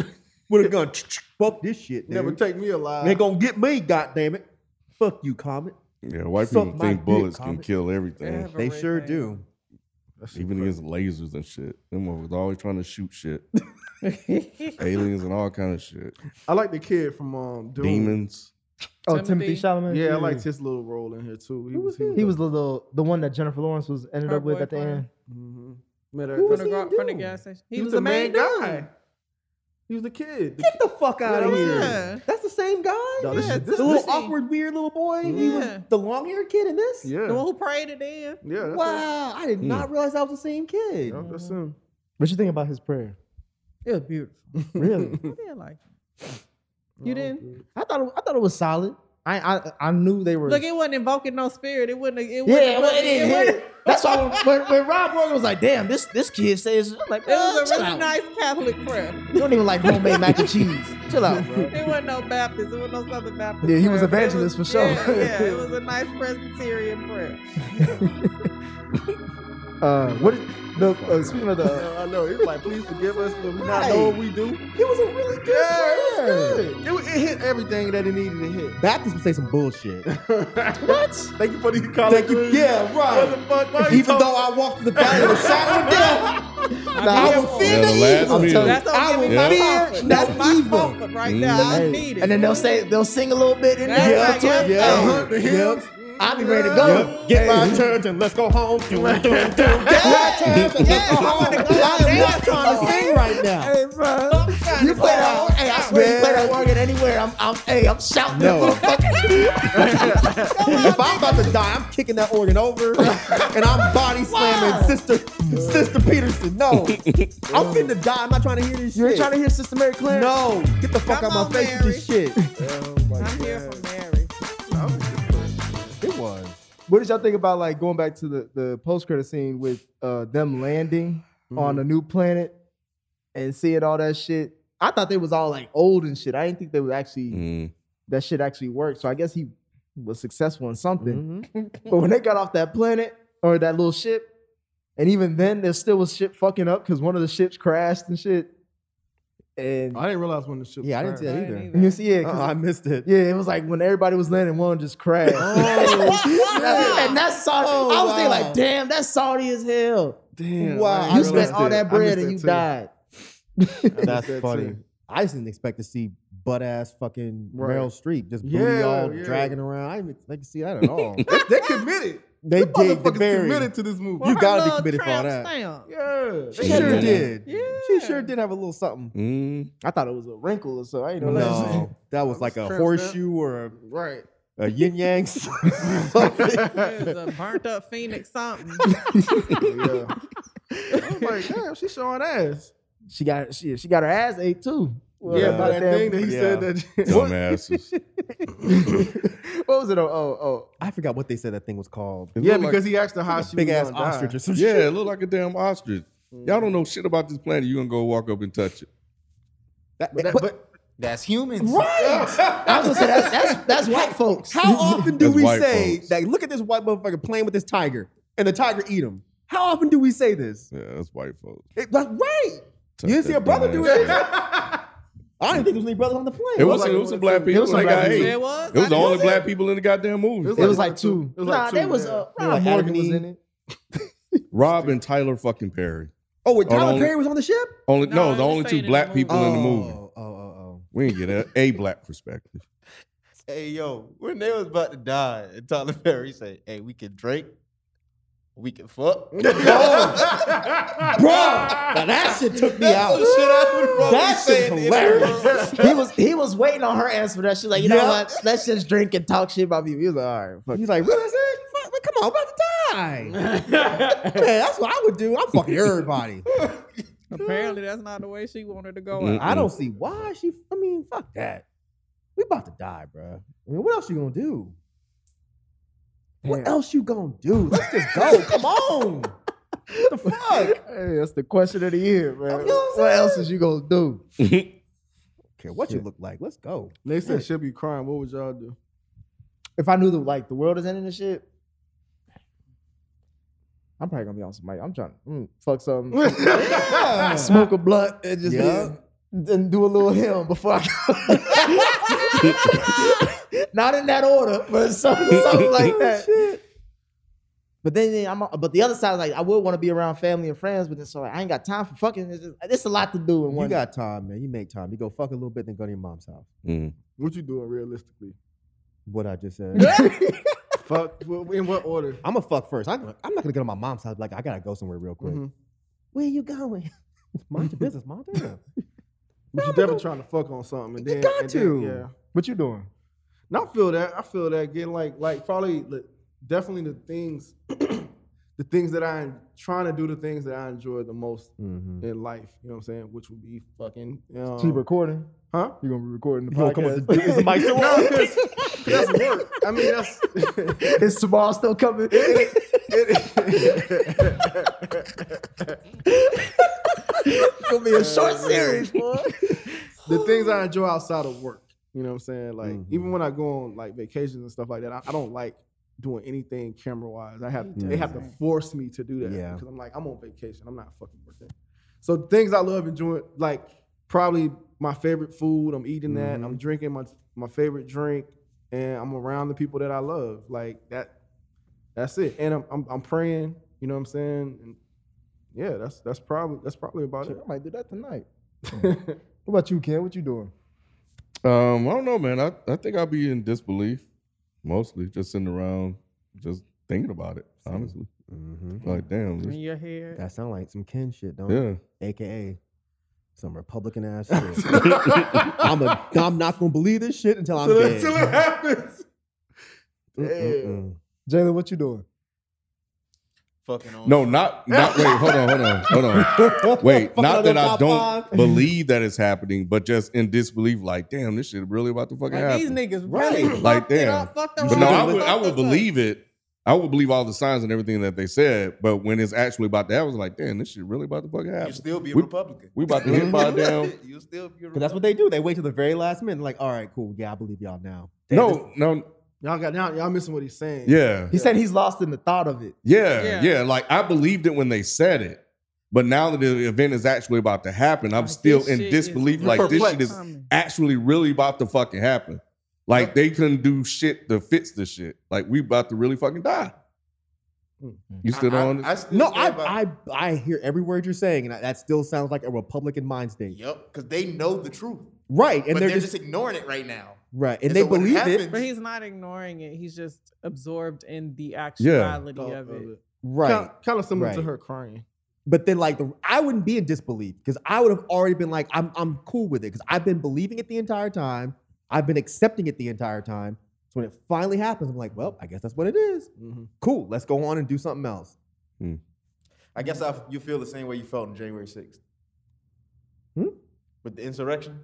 Speaker 7: with a gun. Fuck this shit.
Speaker 8: Never
Speaker 7: dude.
Speaker 8: take me alive.
Speaker 7: They gonna get me, goddammit. Fuck you, comic.
Speaker 1: Yeah, white
Speaker 7: Suck
Speaker 1: people
Speaker 7: my
Speaker 1: think
Speaker 7: dick,
Speaker 1: bullets can
Speaker 7: comic.
Speaker 1: kill everything,
Speaker 7: They sure do.
Speaker 1: even against lasers and shit. Them motherfuckers always trying to shoot shit,
Speaker 6: Oh,
Speaker 1: aliens and all kind of shit,
Speaker 8: I like the kid from um, Dune.
Speaker 1: demons.
Speaker 5: Oh,
Speaker 6: Timothy.
Speaker 5: Timothy Chalamet.
Speaker 8: Yeah, I liked his little role in here too. He was,
Speaker 5: He was the little the one that Jennifer Lawrence was ended
Speaker 6: Her
Speaker 5: up with at the
Speaker 6: boyfriend.
Speaker 5: end.
Speaker 8: Mhm. Met her-
Speaker 7: Who
Speaker 6: From
Speaker 7: was
Speaker 6: the,
Speaker 7: he
Speaker 6: gar- from the
Speaker 7: doing?
Speaker 6: gas station.
Speaker 8: He was the main guy. He was the kid. The
Speaker 7: Get the fuck out of
Speaker 8: Yeah.
Speaker 7: here.
Speaker 6: Yeah.
Speaker 7: That's the same guy.
Speaker 8: No, this- Yeah,
Speaker 7: the
Speaker 8: this-
Speaker 7: little
Speaker 6: this-
Speaker 7: awkward, weird little boy. He was
Speaker 6: Yeah.
Speaker 7: the long haired kid in this.
Speaker 8: Yeah.
Speaker 6: The one who prayed it in.
Speaker 8: Yeah. That's him.
Speaker 7: Wow, I did not realize that was the same kid.
Speaker 8: Yeah, that's him.
Speaker 5: What you think about his prayer?
Speaker 6: It was beautiful.
Speaker 5: Really?
Speaker 6: I did like it. You didn't?
Speaker 5: I thought it, I thought it was solid. I I, I knew they were.
Speaker 6: Look, it wasn't invoking no spirit. It wouldn't. It wouldn't
Speaker 5: yeah, well, it didn't hit. That's why when, when, when Rob Morgan was like, "Damn, this this kid says," I'm like,
Speaker 6: It was a
Speaker 5: chill
Speaker 6: really
Speaker 5: out.
Speaker 6: nice Catholic prayer.
Speaker 5: You don't even like homemade mac and cheese. Chill out, bro.
Speaker 6: It wasn't no Baptist. It wasn't no Southern Baptist.
Speaker 5: Yeah, he was
Speaker 6: prayer, but it
Speaker 5: evangelist for sure.
Speaker 6: Yeah, yeah, it was a nice Presbyterian prayer.
Speaker 5: Uh, what is, the uh, speaking of the
Speaker 8: Yeah, I know. He was like, please forgive us for we not
Speaker 7: Right.
Speaker 8: know what we do.
Speaker 7: He was a really good
Speaker 8: Yeah, it
Speaker 7: player.
Speaker 8: was good. It, was- it hit everything that it needed to hit.
Speaker 7: Baptists would say some bullshit.
Speaker 8: what? Thank you for these college
Speaker 7: Thank you-
Speaker 8: rooms.
Speaker 7: yeah, right.
Speaker 8: What the fuck? Why you
Speaker 7: Even
Speaker 8: talking-
Speaker 7: though I walked through the valley of the shadow of death, I will fear
Speaker 1: Yeah,
Speaker 7: no
Speaker 1: the last
Speaker 7: evil.
Speaker 1: meal.
Speaker 6: That's all
Speaker 7: I
Speaker 6: give
Speaker 7: will
Speaker 6: me my
Speaker 7: fear
Speaker 6: comfort.
Speaker 7: no
Speaker 6: That's my
Speaker 7: evil.
Speaker 6: comfort right there. I
Speaker 5: Hey,
Speaker 6: need it.
Speaker 5: And then they'll say they'll sing a little bit in
Speaker 6: That's
Speaker 5: there.
Speaker 6: right, yes,
Speaker 7: yeah.
Speaker 8: Uh-huh, the hymns.
Speaker 5: I'll be ready to go.
Speaker 7: Get my church and let's go home. Do, do, do. Get my church and let's go home. I am not trying to sing right now.
Speaker 5: Hey, bro. You play that organ. Hey, I swear you play that organ anywhere. I'm, I'm, hey, I'm shouting.
Speaker 7: No.
Speaker 5: that motherfucker.
Speaker 7: If I'm about to die, I'm kicking that organ over and I'm body slamming Sister Sister Peterson. No, I'm finna die. I'm not trying to hear this
Speaker 5: you ain't
Speaker 7: shit.
Speaker 5: trying to hear Sister Mary Claire?
Speaker 7: No, get the fuck
Speaker 6: Come
Speaker 7: out
Speaker 6: on,
Speaker 7: my face with this shit.
Speaker 6: I'm here for Mary.
Speaker 7: It was.
Speaker 5: What did y'all think about like going back to the, the post credit scene with uh, them landing
Speaker 7: Mm-hmm.
Speaker 5: on a new planet and seeing all that shit? I thought they was all like old and shit. I didn't think they was actually
Speaker 1: Mm.
Speaker 5: that shit actually worked. So I guess he was successful in something.
Speaker 7: Mm-hmm.
Speaker 5: But when they got off that planet or that little ship, and even then there still was shit fucking up because one of the ships crashed and shit. And
Speaker 8: I didn't realize when the ship.
Speaker 7: Yeah, I didn't see
Speaker 8: crashed.
Speaker 7: that
Speaker 6: I
Speaker 7: either.
Speaker 6: didn't
Speaker 5: you see, yeah, 'cause-
Speaker 7: Uh-uh, I missed it. Oh,
Speaker 5: yeah, it was like when everybody was landing, one just crashed. and that's salty. I was thinking
Speaker 7: wow.
Speaker 5: like, damn, that's salty as hell.
Speaker 8: Damn.
Speaker 7: Wow,
Speaker 8: I
Speaker 7: I
Speaker 5: you
Speaker 8: didn't
Speaker 7: realized
Speaker 5: spent
Speaker 8: realize
Speaker 5: all that
Speaker 8: I
Speaker 5: bread
Speaker 8: missed
Speaker 5: and
Speaker 8: that
Speaker 5: you
Speaker 8: too.
Speaker 5: died.
Speaker 8: I missed
Speaker 9: That's
Speaker 8: that
Speaker 9: funny.
Speaker 8: too.
Speaker 7: I just didn't expect to see butt ass fucking
Speaker 8: Right.
Speaker 7: Meryl Streep just booty
Speaker 8: Yeah,
Speaker 7: all
Speaker 8: yeah.
Speaker 7: dragging around. I didn't like to see that at all.
Speaker 8: they, they committed.
Speaker 7: they
Speaker 8: Them
Speaker 7: did. They
Speaker 8: motherfuckers
Speaker 7: buried.
Speaker 8: committed to this movie.
Speaker 7: You
Speaker 6: her
Speaker 7: gotta be
Speaker 6: little
Speaker 7: committed for all
Speaker 6: tramp
Speaker 7: that.
Speaker 6: stamp.
Speaker 8: Yeah,
Speaker 7: She
Speaker 8: they
Speaker 7: sure
Speaker 8: did.
Speaker 7: did.
Speaker 6: Yeah.
Speaker 7: She sure did have a little something.
Speaker 1: Mm.
Speaker 5: I thought it was a wrinkle or so. I ain't know that.
Speaker 7: No, that was like a
Speaker 8: Tramp
Speaker 7: horseshoe or
Speaker 8: Right.
Speaker 7: a, a yin Uh, yang.
Speaker 6: It was a burnt up phoenix something.
Speaker 8: yeah. I'm like, damn, she showing ass.
Speaker 5: She got she, she got her ass ate too. Well,
Speaker 8: yeah,
Speaker 7: Yeah.
Speaker 8: by that
Speaker 5: goddamn-
Speaker 8: thing that he said
Speaker 7: Yeah.
Speaker 8: that.
Speaker 1: Dumbasses.
Speaker 5: what was it? Oh, oh,
Speaker 7: I forgot what they said that thing was called.
Speaker 1: It
Speaker 8: yeah,
Speaker 1: looked like-
Speaker 8: because he asked her how she
Speaker 7: Big
Speaker 8: was
Speaker 7: ass
Speaker 8: gonna die.
Speaker 7: ostrich or some
Speaker 1: yeah,
Speaker 7: shit.
Speaker 1: it looked like a damn ostrich. Y'all don't know shit about this planet. You gonna go walk up and touch it?
Speaker 7: That-
Speaker 8: But, that,
Speaker 7: but-
Speaker 8: but
Speaker 9: That's humans.
Speaker 7: I was gonna say that's, that's that's white folks. How often do
Speaker 1: That's
Speaker 7: we
Speaker 1: white
Speaker 7: say
Speaker 1: folks.
Speaker 7: that? Look at this white motherfucker playing with this tiger, and the tiger eat him. How often do we say this?
Speaker 1: Yeah, that's white folks.
Speaker 7: It- that's right.
Speaker 1: Touch
Speaker 7: you didn't see
Speaker 1: that
Speaker 7: a brother
Speaker 1: dumb
Speaker 7: do
Speaker 1: ass
Speaker 7: it.
Speaker 1: shit.
Speaker 7: I didn't think there was any brothers on the plane.
Speaker 1: It was
Speaker 8: like
Speaker 1: it
Speaker 8: it
Speaker 1: was some
Speaker 8: was
Speaker 1: black
Speaker 8: too.
Speaker 1: people.
Speaker 5: It was
Speaker 1: that
Speaker 5: some
Speaker 1: got
Speaker 5: black
Speaker 1: ate.
Speaker 5: people.
Speaker 6: It was?
Speaker 1: It was the
Speaker 6: I
Speaker 1: only
Speaker 6: didn't-
Speaker 1: black people in the goddamn movie.
Speaker 5: It was like two.
Speaker 8: It was
Speaker 5: nah,
Speaker 8: like two,
Speaker 5: there was
Speaker 8: yeah.
Speaker 7: They
Speaker 5: uh,
Speaker 7: were
Speaker 5: Ron
Speaker 7: like
Speaker 5: Morgan
Speaker 7: Adam and
Speaker 5: was
Speaker 7: Eve.
Speaker 5: in it.
Speaker 1: Rob and Tyler fucking Perry.
Speaker 7: Oh, and
Speaker 1: Oh, the
Speaker 7: Tyler
Speaker 1: only-
Speaker 7: Perry was on the ship.
Speaker 1: Only
Speaker 6: No,
Speaker 1: no,
Speaker 6: I
Speaker 1: the
Speaker 6: was
Speaker 1: only
Speaker 6: saying in
Speaker 1: two
Speaker 6: the
Speaker 1: black
Speaker 6: movie.
Speaker 1: people in the movie.
Speaker 7: Oh, oh, oh.
Speaker 1: We didn't get a, a black perspective.
Speaker 9: Hey, yo, when they was about to die, and Tyler Perry said, "Hey, we can drink, we can fuck." Bro,
Speaker 7: Bro, now that shit took me out.
Speaker 9: That
Speaker 7: That shit's hilarious.
Speaker 5: he was he was waiting on her answer for that. She's like, you
Speaker 7: Yeah.
Speaker 5: know what? Let's just drink and talk shit about people. He was like, all right, fuck.
Speaker 7: He's like, really? That's it? Fuck, man, come on, I'm about to die. Man, that's what I would do. I'm fucking everybody.
Speaker 6: Apparently, that's not the way she wanted to go
Speaker 1: Mm.
Speaker 6: out.
Speaker 7: I don't see why she. I mean, fuck that. We about to die, bro. I mean, what else you gonna do? What else you gonna do? Let's just go. Come on. the fuck?
Speaker 5: Hey, that's the question of the year, man.
Speaker 7: You know what I'm
Speaker 5: what
Speaker 7: saying?
Speaker 5: else is you gonna do?
Speaker 7: Care what you look like. Let's go.
Speaker 8: They said she'll be crying. What would y'all do?
Speaker 5: If I knew the like the world is ending and shit, I'm probably gonna be on some mic. I'm trying to mm, fuck something, smoke a blunt, and just
Speaker 7: Yeah.
Speaker 5: then do a little hymn before I go. Not in that order, but something, something
Speaker 7: Oh,
Speaker 5: like that. But then, then I'm, but the other side, like I would want to be around family and friends, but then so like, I ain't got time for fucking. It's, just, it's a lot to do in
Speaker 7: You
Speaker 5: one.
Speaker 7: got time, man. You make time. You go fuck a little bit, then go to your mom's house.
Speaker 1: Mm.
Speaker 8: What you doing realistically?
Speaker 7: What I just said.
Speaker 8: Fuck. well, In what order?
Speaker 7: I'm gonna fuck first. I'm, I'm not gonna go to my mom's house. Like I gotta go somewhere real quick.
Speaker 5: Mm-hmm.
Speaker 8: Mhm.
Speaker 7: Where you going? Mind your business, mom. Damn.
Speaker 8: But you definitely trying to fuck on something. And
Speaker 7: You
Speaker 8: then,
Speaker 7: got
Speaker 8: and then-
Speaker 7: to.
Speaker 8: yeah.
Speaker 5: what you doing?
Speaker 8: And I feel that. I feel that. Again, like, like probably, like, definitely the things, the things that I'm trying to do, the things that I enjoy the most
Speaker 7: Mhm.
Speaker 8: in life. You know what I'm saying? Which would be fucking. Um,
Speaker 5: She recording?
Speaker 8: Huh?
Speaker 5: You gonna be recording the
Speaker 7: You gonna come with the-
Speaker 5: podcast?
Speaker 7: is the mic still
Speaker 8: No, 'cause that's work. I mean, that's.
Speaker 5: Is tomorrow still coming?
Speaker 7: It's gonna be a short series, boy.
Speaker 8: Uh, the things I enjoy outside of work. You know what I'm saying? Like
Speaker 7: Mhm.
Speaker 8: even when I go on like vacations and stuff like that, I, I don't like doing anything camera wise. I have
Speaker 7: Yeah.
Speaker 8: they have to force me to do that
Speaker 7: Mm-hmm. Yeah.
Speaker 8: because I'm like I'm on vacation. I'm not fucking working. So things I love enjoying, like probably my favorite food. I'm eating that.
Speaker 5: Mm-hmm.
Speaker 8: I'm drinking my my favorite drink, and I'm around the people that I love. Like that. That's it. And I'm I'm, I'm praying. You know what I'm saying? And yeah, that's that's probably that's probably about it.
Speaker 5: I might do that tonight. what about you, Ken? What you doing?
Speaker 1: Um, I don't know, man. I, I think I'll be in disbelief, mostly just sitting around, just thinking about it. Honestly,
Speaker 7: Mm-hmm.
Speaker 1: like damn,
Speaker 6: In
Speaker 1: this-
Speaker 6: your hair.
Speaker 7: That sound like some Ken shit, don't it?
Speaker 1: yeah.
Speaker 7: AKA some Republican ass shit. I'm, a, I'm not gonna believe this shit until I'm dead.
Speaker 8: Until it happens.
Speaker 7: Mm-mm-mm.
Speaker 5: Jalen, what you doing?
Speaker 9: Fucking on.
Speaker 1: No, not not. Wait, hold on, hold on, hold on. Wait,
Speaker 7: Fucking
Speaker 1: not that
Speaker 7: on
Speaker 1: I
Speaker 7: top
Speaker 1: don't
Speaker 7: five.
Speaker 1: believe that it's happening, but just in disbelief. Like, damn, this shit really about to fucking
Speaker 6: Like, these
Speaker 1: happen.
Speaker 6: niggas
Speaker 7: Right.
Speaker 6: really
Speaker 1: Like,
Speaker 6: fucked it
Speaker 1: damn.
Speaker 6: up, fucked
Speaker 7: You
Speaker 1: But
Speaker 6: around,
Speaker 1: no,
Speaker 7: should've
Speaker 1: I
Speaker 6: fucked
Speaker 1: would I
Speaker 6: us
Speaker 1: would
Speaker 6: up.
Speaker 1: believe it. I would believe all the signs and everything that they said. But when it's actually about to happen, it's like, damn, this shit really about to fucking
Speaker 9: You
Speaker 1: happen.
Speaker 9: still be a
Speaker 1: We-
Speaker 9: Republican.
Speaker 1: We about to hit by damn.
Speaker 9: You still be a
Speaker 7: But that's
Speaker 9: Republican.
Speaker 7: what they do. They wait till the very last minute. Like, all right, cool. Yeah, I believe y'all now. Damn,
Speaker 1: No, no,
Speaker 8: Y'all got now. Y'all missing what he's saying.
Speaker 1: yeah,
Speaker 5: He said he's lost in the thought of it.
Speaker 1: yeah,
Speaker 6: Yeah.
Speaker 1: yeah. Like I believed it when they said it, but now that the event is actually about to happen, I'm
Speaker 6: Like,
Speaker 1: still
Speaker 6: this
Speaker 1: in
Speaker 6: shit
Speaker 1: disbelief.
Speaker 6: is
Speaker 1: Like this shit
Speaker 8: perplexed.
Speaker 1: is
Speaker 6: Coming.
Speaker 1: actually really about to fucking happen. Like they couldn't do shit to fix the shit. Like we about to really fucking die. You still
Speaker 9: I- I-
Speaker 1: don't understand?
Speaker 9: I still
Speaker 7: no,
Speaker 9: stand by-
Speaker 7: I, I I hear every word you're saying, and that still sounds like a Republican mind state.
Speaker 9: Yep, because they know the truth.
Speaker 7: Right, and
Speaker 9: but
Speaker 7: they're
Speaker 9: they're,
Speaker 7: just-
Speaker 9: just, ignoring it right now.
Speaker 7: Right, and
Speaker 9: And
Speaker 7: they
Speaker 9: so what
Speaker 7: believe it.
Speaker 9: happens-
Speaker 6: But he's not ignoring it. He's just absorbed in the actuality of it.
Speaker 7: Right,
Speaker 8: Kind, kind of similar to
Speaker 7: Right.
Speaker 8: her crying.
Speaker 7: But then, like, the, I wouldn't be in disbelief because I would have already been like, I'm, I'm cool with it because I've been believing it the entire time. I've been accepting it the entire time. So when it finally happens, I'm like, well, I guess that's what it is.
Speaker 8: Mhm.
Speaker 7: Cool. Let's go on and do something else.
Speaker 9: I guess I, you feel the same way you felt on January 6th.
Speaker 7: Hmm?
Speaker 9: With the insurrection?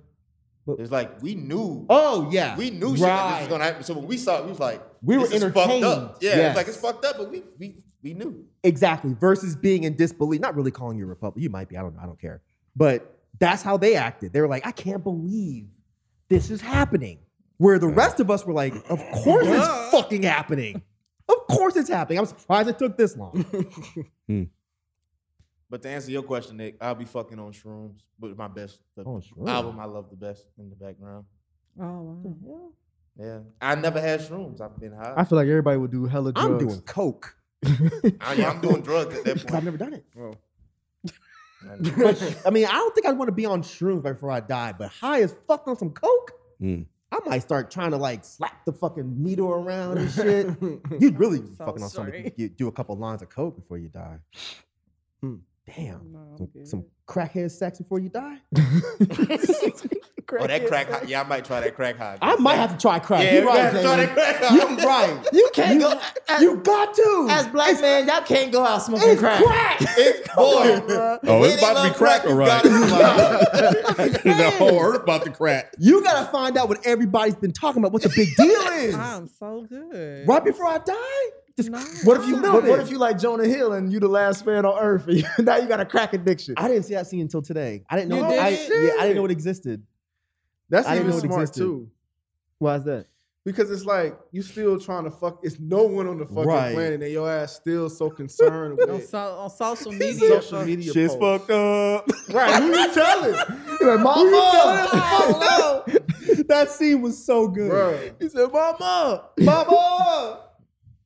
Speaker 7: What?
Speaker 9: It's like we knew
Speaker 7: Oh, yeah.
Speaker 9: we knew shit like this
Speaker 7: right.
Speaker 9: was gonna happen. So when we saw it, we was like,
Speaker 7: We were
Speaker 9: this is fucked
Speaker 7: entertained.
Speaker 9: up. Yeah,
Speaker 7: Yes.
Speaker 9: it's like it's fucked up, but we we we knew.
Speaker 7: Exactly. Versus being in disbelief, not really calling you a Republican. You might be. I don't know. I don't care. But that's how they acted. They were like, I can't believe this is happening. Where the rest of us were like, of course it's fucking happening. Of course it's happening. I'm surprised it took this long.
Speaker 9: But to answer your question, Nick, I'll be fucking on shrooms with my best the
Speaker 7: Oh, shrooms.
Speaker 9: album I love the best in the background.
Speaker 6: Oh wow.
Speaker 9: Yeah, I never had shrooms. I've been high.
Speaker 5: I feel like everybody would do hella drugs.
Speaker 7: I'm doing coke.
Speaker 9: I, am doing drugs at that
Speaker 7: 'Cause I've
Speaker 9: point.
Speaker 7: never done it.
Speaker 9: And
Speaker 7: But I mean, I don't think I'd want to be on shrooms right before I die, but high as fuck on some coke,
Speaker 1: Mm.
Speaker 7: I might start trying to like slap the fucking meter around and shit. You'd really be
Speaker 6: so
Speaker 7: fucking on something.
Speaker 6: sorry.
Speaker 7: if You do a couple lines of coke before you die. Damn.
Speaker 6: Hmm. No, I'm
Speaker 7: Some,
Speaker 6: good.
Speaker 7: some crackhead sex before you die?
Speaker 9: Oh, that crack high. Yeah, I might try that crack high.
Speaker 7: I might have to try crack.
Speaker 9: Yeah,
Speaker 7: You're
Speaker 9: we
Speaker 7: right,
Speaker 9: gotta try
Speaker 7: Jamie.
Speaker 9: that crack high.
Speaker 7: You're right. You can't go. you got to.
Speaker 4: As black man, y'all can't go out smoking
Speaker 7: it's
Speaker 4: crack.
Speaker 7: crack.
Speaker 9: It's boy.
Speaker 1: Oh, it's
Speaker 9: They
Speaker 1: about to
Speaker 9: love
Speaker 1: be crack, all
Speaker 9: you
Speaker 1: right.
Speaker 9: gotta-
Speaker 1: the whole earth about to crack.
Speaker 7: You got to find out what everybody's been talking about, what the big deal is.
Speaker 6: I'm so good.
Speaker 7: right before I die? Just,
Speaker 6: No,
Speaker 7: what if you
Speaker 6: no.
Speaker 7: know
Speaker 5: But what
Speaker 7: this?
Speaker 5: if you like Jonah Hill and you the last man on earth? And you- now you got a crack addiction.
Speaker 7: I didn't see that scene until today. I didn't know.
Speaker 6: You
Speaker 7: I,
Speaker 6: didn't?
Speaker 7: yeah, I didn't know it existed.
Speaker 8: That's
Speaker 7: I didn't
Speaker 8: even
Speaker 7: know it
Speaker 8: smart
Speaker 7: existed.
Speaker 8: too.
Speaker 5: Why is that?
Speaker 8: Because it's like you still trying to fuck. It's no one on the fucking
Speaker 7: Right.
Speaker 8: planet, and your ass still so concerned
Speaker 6: On,
Speaker 8: with
Speaker 6: so, on social media. uh,
Speaker 8: social
Speaker 6: fuck-
Speaker 8: media. posts.
Speaker 7: up.
Speaker 8: Right? Who you telling,
Speaker 5: You're like, Mom,
Speaker 7: Oh, no. That scene was so good.
Speaker 8: Bruh.
Speaker 7: He said, "Mama, mama."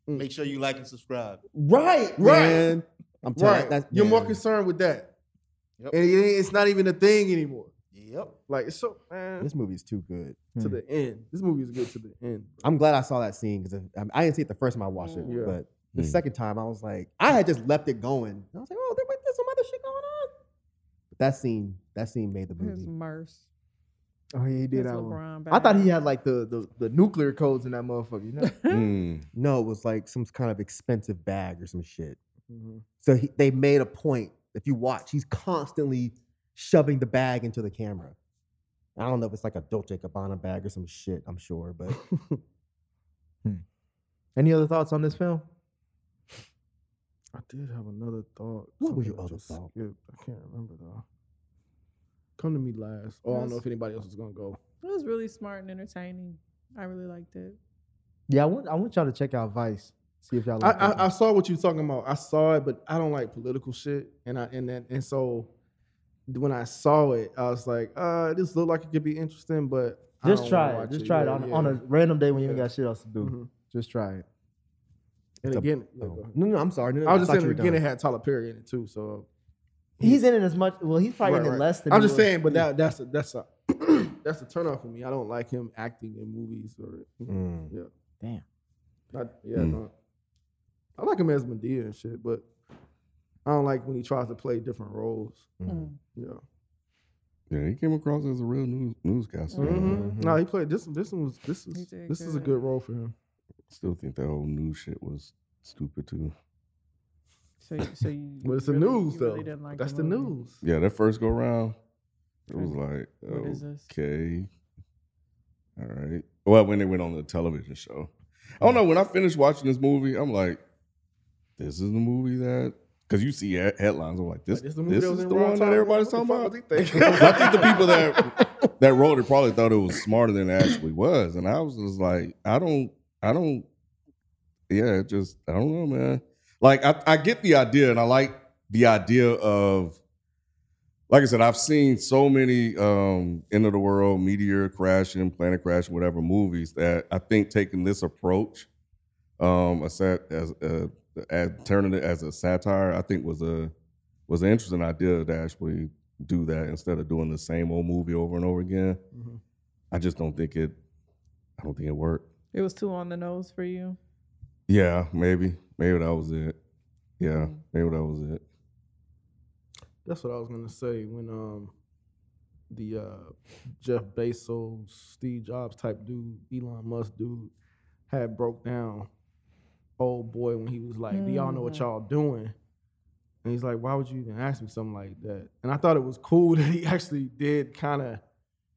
Speaker 9: Make sure you like and subscribe.
Speaker 7: right, right. Man. I'm telling
Speaker 8: Right?
Speaker 7: you, that's,
Speaker 8: You're
Speaker 7: man.
Speaker 8: more concerned with that,
Speaker 9: Yep.
Speaker 8: and it ain't- it's not even a thing anymore.
Speaker 9: Yep.
Speaker 8: Like it's so man
Speaker 7: This movie's too good.
Speaker 8: to the end. This movie is good to the end.
Speaker 7: I'm glad I saw that scene because I, I didn't see it the first time I watched it,
Speaker 8: Yeah.
Speaker 7: but the
Speaker 1: Mm.
Speaker 7: second time I was like, I had just left it going. And I was like, oh, there- there's some other shit going on. But that scene, that scene made the
Speaker 6: His
Speaker 7: movie.
Speaker 6: Merce.
Speaker 5: Oh, yeah, he
Speaker 6: His
Speaker 5: did that one.
Speaker 6: LeBron
Speaker 5: I thought he
Speaker 6: back.
Speaker 5: had like the, the, the nuclear codes in that motherfucker. You know?
Speaker 1: Mm.
Speaker 7: No, it was like some kind of expensive bag or some shit.
Speaker 8: Mhm.
Speaker 7: So he, they made a point. If you watch, he's constantly shoving the bag into the camera. I don't know if it's like a Dolce Gabbana bag or some shit. I'm sure, but
Speaker 5: Any other thoughts on this film?
Speaker 8: I did have another thought.
Speaker 7: What was
Speaker 8: Something
Speaker 7: your
Speaker 8: I
Speaker 7: other
Speaker 8: just
Speaker 7: thought?
Speaker 8: skipped. I can't remember though. Come to me last. Oh, I don't know
Speaker 6: Yes.
Speaker 8: if anybody else is gonna go.
Speaker 6: It was really smart and entertaining. I really liked it.
Speaker 5: Yeah, I want I want y'all to check out Vice. See if y'all
Speaker 8: I,
Speaker 5: like that
Speaker 8: I, I
Speaker 5: one.
Speaker 8: saw what you talking about. I saw it, but I don't like political shit. And I and that and so when I saw it, I was like, uh, this looked like it could be interesting, but I
Speaker 5: Just
Speaker 8: don't
Speaker 5: try
Speaker 8: wanna
Speaker 5: it.
Speaker 8: watch
Speaker 5: Just try it
Speaker 8: Yeah,
Speaker 5: on,
Speaker 8: yeah.
Speaker 5: on a random day when you ain't
Speaker 8: Yeah.
Speaker 5: got shit else to do.
Speaker 8: Mhm.
Speaker 5: Just try it.
Speaker 8: And
Speaker 7: It's a-
Speaker 8: again, yeah, go
Speaker 7: Oh.
Speaker 8: ahead.
Speaker 7: no, no, I'm sorry. No, no,
Speaker 8: I was just
Speaker 7: thought
Speaker 8: saying
Speaker 7: you
Speaker 8: the
Speaker 7: were
Speaker 8: beginning
Speaker 7: done.
Speaker 8: it had Tyler Perry in it too. So
Speaker 5: He's in it as much. Well, he's probably
Speaker 8: Right,
Speaker 5: in it
Speaker 8: right.
Speaker 5: less than.
Speaker 8: I'm
Speaker 5: he
Speaker 8: just
Speaker 5: was-
Speaker 8: saying, but that that's a that's a that's a turn off for me. I don't like him acting in movies or
Speaker 7: Mm.
Speaker 8: yeah.
Speaker 5: Damn.
Speaker 8: I, yeah,
Speaker 1: Mm.
Speaker 8: no. I like him as Medea and shit, but I don't like when he tries to play different roles.
Speaker 7: Mm.
Speaker 8: Yeah.
Speaker 1: Yeah, he came across as a real news newscaster.
Speaker 7: Mhm.
Speaker 8: No, Mm-hmm. he played this. This one was this
Speaker 6: He
Speaker 8: is
Speaker 6: did
Speaker 8: this is a
Speaker 6: good.
Speaker 8: good role for him.
Speaker 1: Still think that whole news shit was stupid too.
Speaker 6: So, you- so you.
Speaker 8: But it's the
Speaker 6: really-
Speaker 8: news
Speaker 6: you
Speaker 8: though.
Speaker 6: really didn't like
Speaker 8: That's the,
Speaker 6: movie.
Speaker 8: news.
Speaker 1: Yeah, that first go round, it was like
Speaker 6: What is this?
Speaker 1: okay, all right. Well, when they went on the television show, I don't know. When I finished watching this movie, I'm like, this is the movie that because you see he- headlines. I'm like, this,
Speaker 8: Like,
Speaker 1: this,
Speaker 8: this the movie that was
Speaker 1: is
Speaker 8: in
Speaker 1: the
Speaker 8: Raw
Speaker 1: one
Speaker 8: Time?
Speaker 1: that everybody's
Speaker 8: What the
Speaker 1: talking about.
Speaker 8: fuck was he thinking?
Speaker 1: I think the people that that wrote it probably thought it was smarter than it actually was, and I was just like, I don't, I don't, yeah, it just I don't know, man. Like I, I get the idea, and I like the idea of, like I said, I've seen so many um end of the world meteor crashing, planet crashing, whatever movies that I think taking this approach, um, a sat as a, as turning it as a satire, I think was a was an interesting idea to actually do that instead of doing the same old movie over and over again.
Speaker 8: Mhm.
Speaker 1: I just don't think it. I don't think it worked.
Speaker 6: It was too on the nose for you.
Speaker 1: Yeah, maybe, maybe that was it. Yeah,
Speaker 7: Hmm.
Speaker 1: maybe that was it.
Speaker 8: That's what I was gonna say when um the uh, Jeff Bezos, Steve Jobs type dude, Elon Musk dude, had broke down old boy when he was like, "Do y'all know what y'all doing?" And he's like, "Why would you even ask me something like that?" And I thought it was cool that he actually did kind of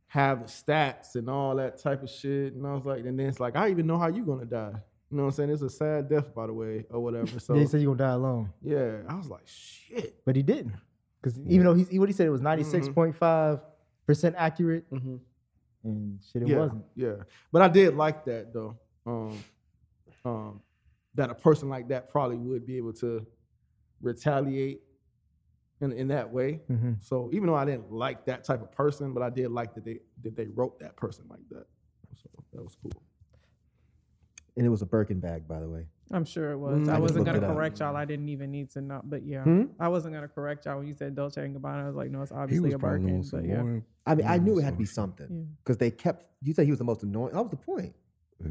Speaker 8: have the stats and all that type of shit. And I was like, and then it's like, I even know how you gonna die. You know what I'm saying? It's a sad death, by the way, or whatever. So
Speaker 5: They said you're gonna die alone,
Speaker 8: yeah, I was like, shit.
Speaker 5: but he didn't. Because even though he's, he what he said it was ninety six point five percent accurate,
Speaker 8: Mhm.
Speaker 5: and shit, it
Speaker 8: yeah,
Speaker 5: wasn't.
Speaker 8: Yeah, but I did like that though. Um, um, that a person like that probably would be able to retaliate in in that way.
Speaker 5: Mhm.
Speaker 8: So even though I didn't like that type of person, but I did like that they that they wrote that person like that. So that was cool.
Speaker 7: And it was a Birkin bag, by the way.
Speaker 6: I'm sure it was.
Speaker 8: Mm, I
Speaker 6: I
Speaker 8: just
Speaker 6: wasn't
Speaker 7: looked
Speaker 6: gonna
Speaker 7: it up.
Speaker 6: correct y'all. I didn't even need to know. But yeah,
Speaker 8: Hmm?
Speaker 6: I wasn't gonna correct y'all when you said Dolce and Gabbana. I was like, no, it's
Speaker 1: He
Speaker 6: obviously
Speaker 1: was
Speaker 6: a
Speaker 1: probably the
Speaker 6: Birkin.
Speaker 1: most
Speaker 6: But yeah,
Speaker 1: annoying.
Speaker 7: I mean, I
Speaker 1: Yeah,
Speaker 7: knew it
Speaker 1: so-
Speaker 7: had to be something because they kept. You said he was the most annoying. That was the point.
Speaker 1: Yeah.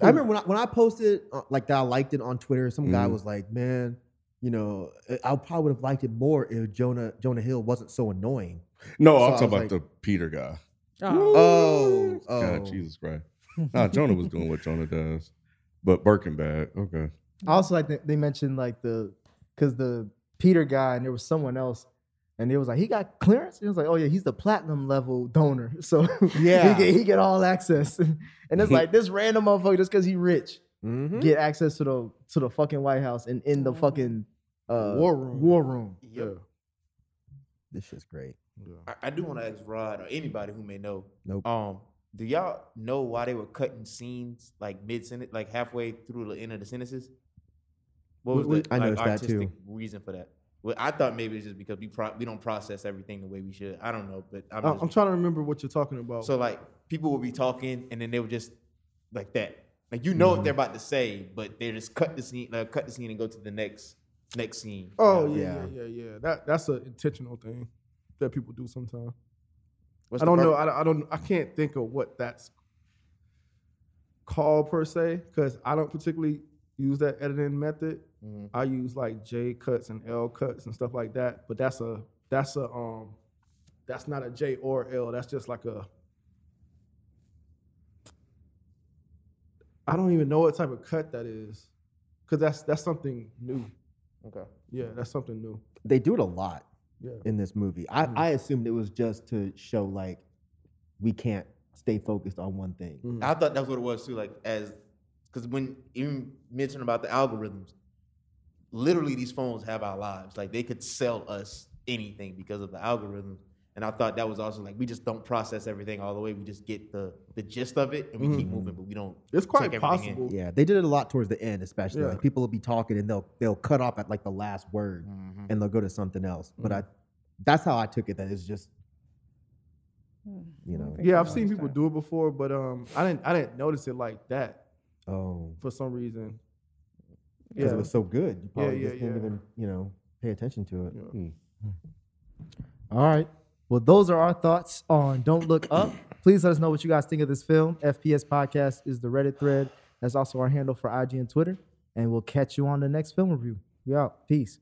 Speaker 7: I remember when I, when I posted uh, like that, I liked it on Twitter. Some guy
Speaker 8: Mm-hmm.
Speaker 1: Mhm.
Speaker 7: was like, "Man, you know, I I probably would have liked it more if Jonah Jonah Hill wasn't so annoying."
Speaker 1: No, I'm
Speaker 7: So I
Speaker 1: talking about
Speaker 7: was
Speaker 1: the Peter guy.
Speaker 6: oh,
Speaker 7: Oh, oh,
Speaker 1: God, Jesus Christ. Nah, Jonah was doing what Jonah does, but Birkin bag. Okay.
Speaker 5: I also like that they mentioned like the because the Peter guy and there was someone else. And it was like he got clearance. And it was like, oh yeah, he's the platinum level donor, so
Speaker 7: Yeah.
Speaker 5: he, get, he get all access. And it's like this random motherfucker just because he rich
Speaker 9: Mm-hmm.
Speaker 7: Mhm.
Speaker 5: get access to the to the fucking White House and in the fucking uh,
Speaker 8: War room.
Speaker 5: War room.
Speaker 8: Yeah.
Speaker 7: This shit's great.
Speaker 9: I, I do want to ask Rod or anybody who may know.
Speaker 7: Nope.
Speaker 9: Um, do y'all know why they were cutting scenes like mid sentence, like halfway through the end of the sentences? What
Speaker 7: We-
Speaker 9: was
Speaker 7: we-
Speaker 9: the
Speaker 7: I
Speaker 9: like,
Speaker 7: noticed that, too.
Speaker 9: artistic reason for that? Well, I thought maybe it's just because we pro- we don't process everything the way we should. I don't know, but I'm,
Speaker 5: Oh,
Speaker 8: I'm,
Speaker 9: just-
Speaker 8: I'm trying to remember what you're talking about.
Speaker 9: so like people will be talking and then they would just like that. Like you know what they're about to say, but they just cut the scene, like, cut the scene and go to the next next scene.
Speaker 8: oh yeah, yeah, yeah, yeah. That that's an intentional thing that people do sometimes.
Speaker 9: What's
Speaker 8: I
Speaker 9: the
Speaker 8: don't
Speaker 9: purpose?
Speaker 8: know. I, don't- I don't. I can't think of what that's called per se because I don't particularly use that editing method. I use like J cuts and L cuts and stuff like that. But that's a that's a um that's not a J or L. That's just like a I don't even know what type of cut that is because that's that's something new.
Speaker 9: Okay.
Speaker 8: Yeah, that's something new.
Speaker 7: They do it a lot
Speaker 8: Yeah.
Speaker 7: in this movie. I,
Speaker 5: Mm.
Speaker 7: I assumed it was just to show like we can't stay focused on one thing.
Speaker 5: Mm.
Speaker 9: I thought that's what it was too. Like as because when you mentioned about the algorithms, literally these phones have our lives. Like they could sell us anything because of the algorithms. And I thought that was also like we just don't process everything all the way. We just get the the gist of it and we keep
Speaker 5: Mm-hmm.
Speaker 9: moving, but we don't.
Speaker 8: It's quite
Speaker 9: take everything in.
Speaker 8: possible.
Speaker 7: Yeah, they did it a lot towards the end, especially.
Speaker 8: Yeah.
Speaker 7: Like people will be talking and they'll they'll cut off at like the last word
Speaker 8: Mm-hmm.
Speaker 7: and they'll go to something else. But I, that's how I took it. That it's just, you know,
Speaker 8: Yeah, I've
Speaker 9: Oh,
Speaker 8: seen people do it before, but um, I didn't I didn't notice it like that
Speaker 7: oh,
Speaker 8: for some reason.
Speaker 7: because
Speaker 8: Yeah.
Speaker 7: it was so good, you
Speaker 8: Yeah,
Speaker 7: probably
Speaker 8: yeah,
Speaker 7: just didn't
Speaker 8: yeah.
Speaker 7: even you know pay attention to it. Hmm.
Speaker 5: All right. Well, those are our thoughts on Don't Look Up. Please let us know what you guys think of this film. FPS Podcast is the Reddit thread. That's also our handle for IG and Twitter. And we'll catch you on the next film review. We out. Peace.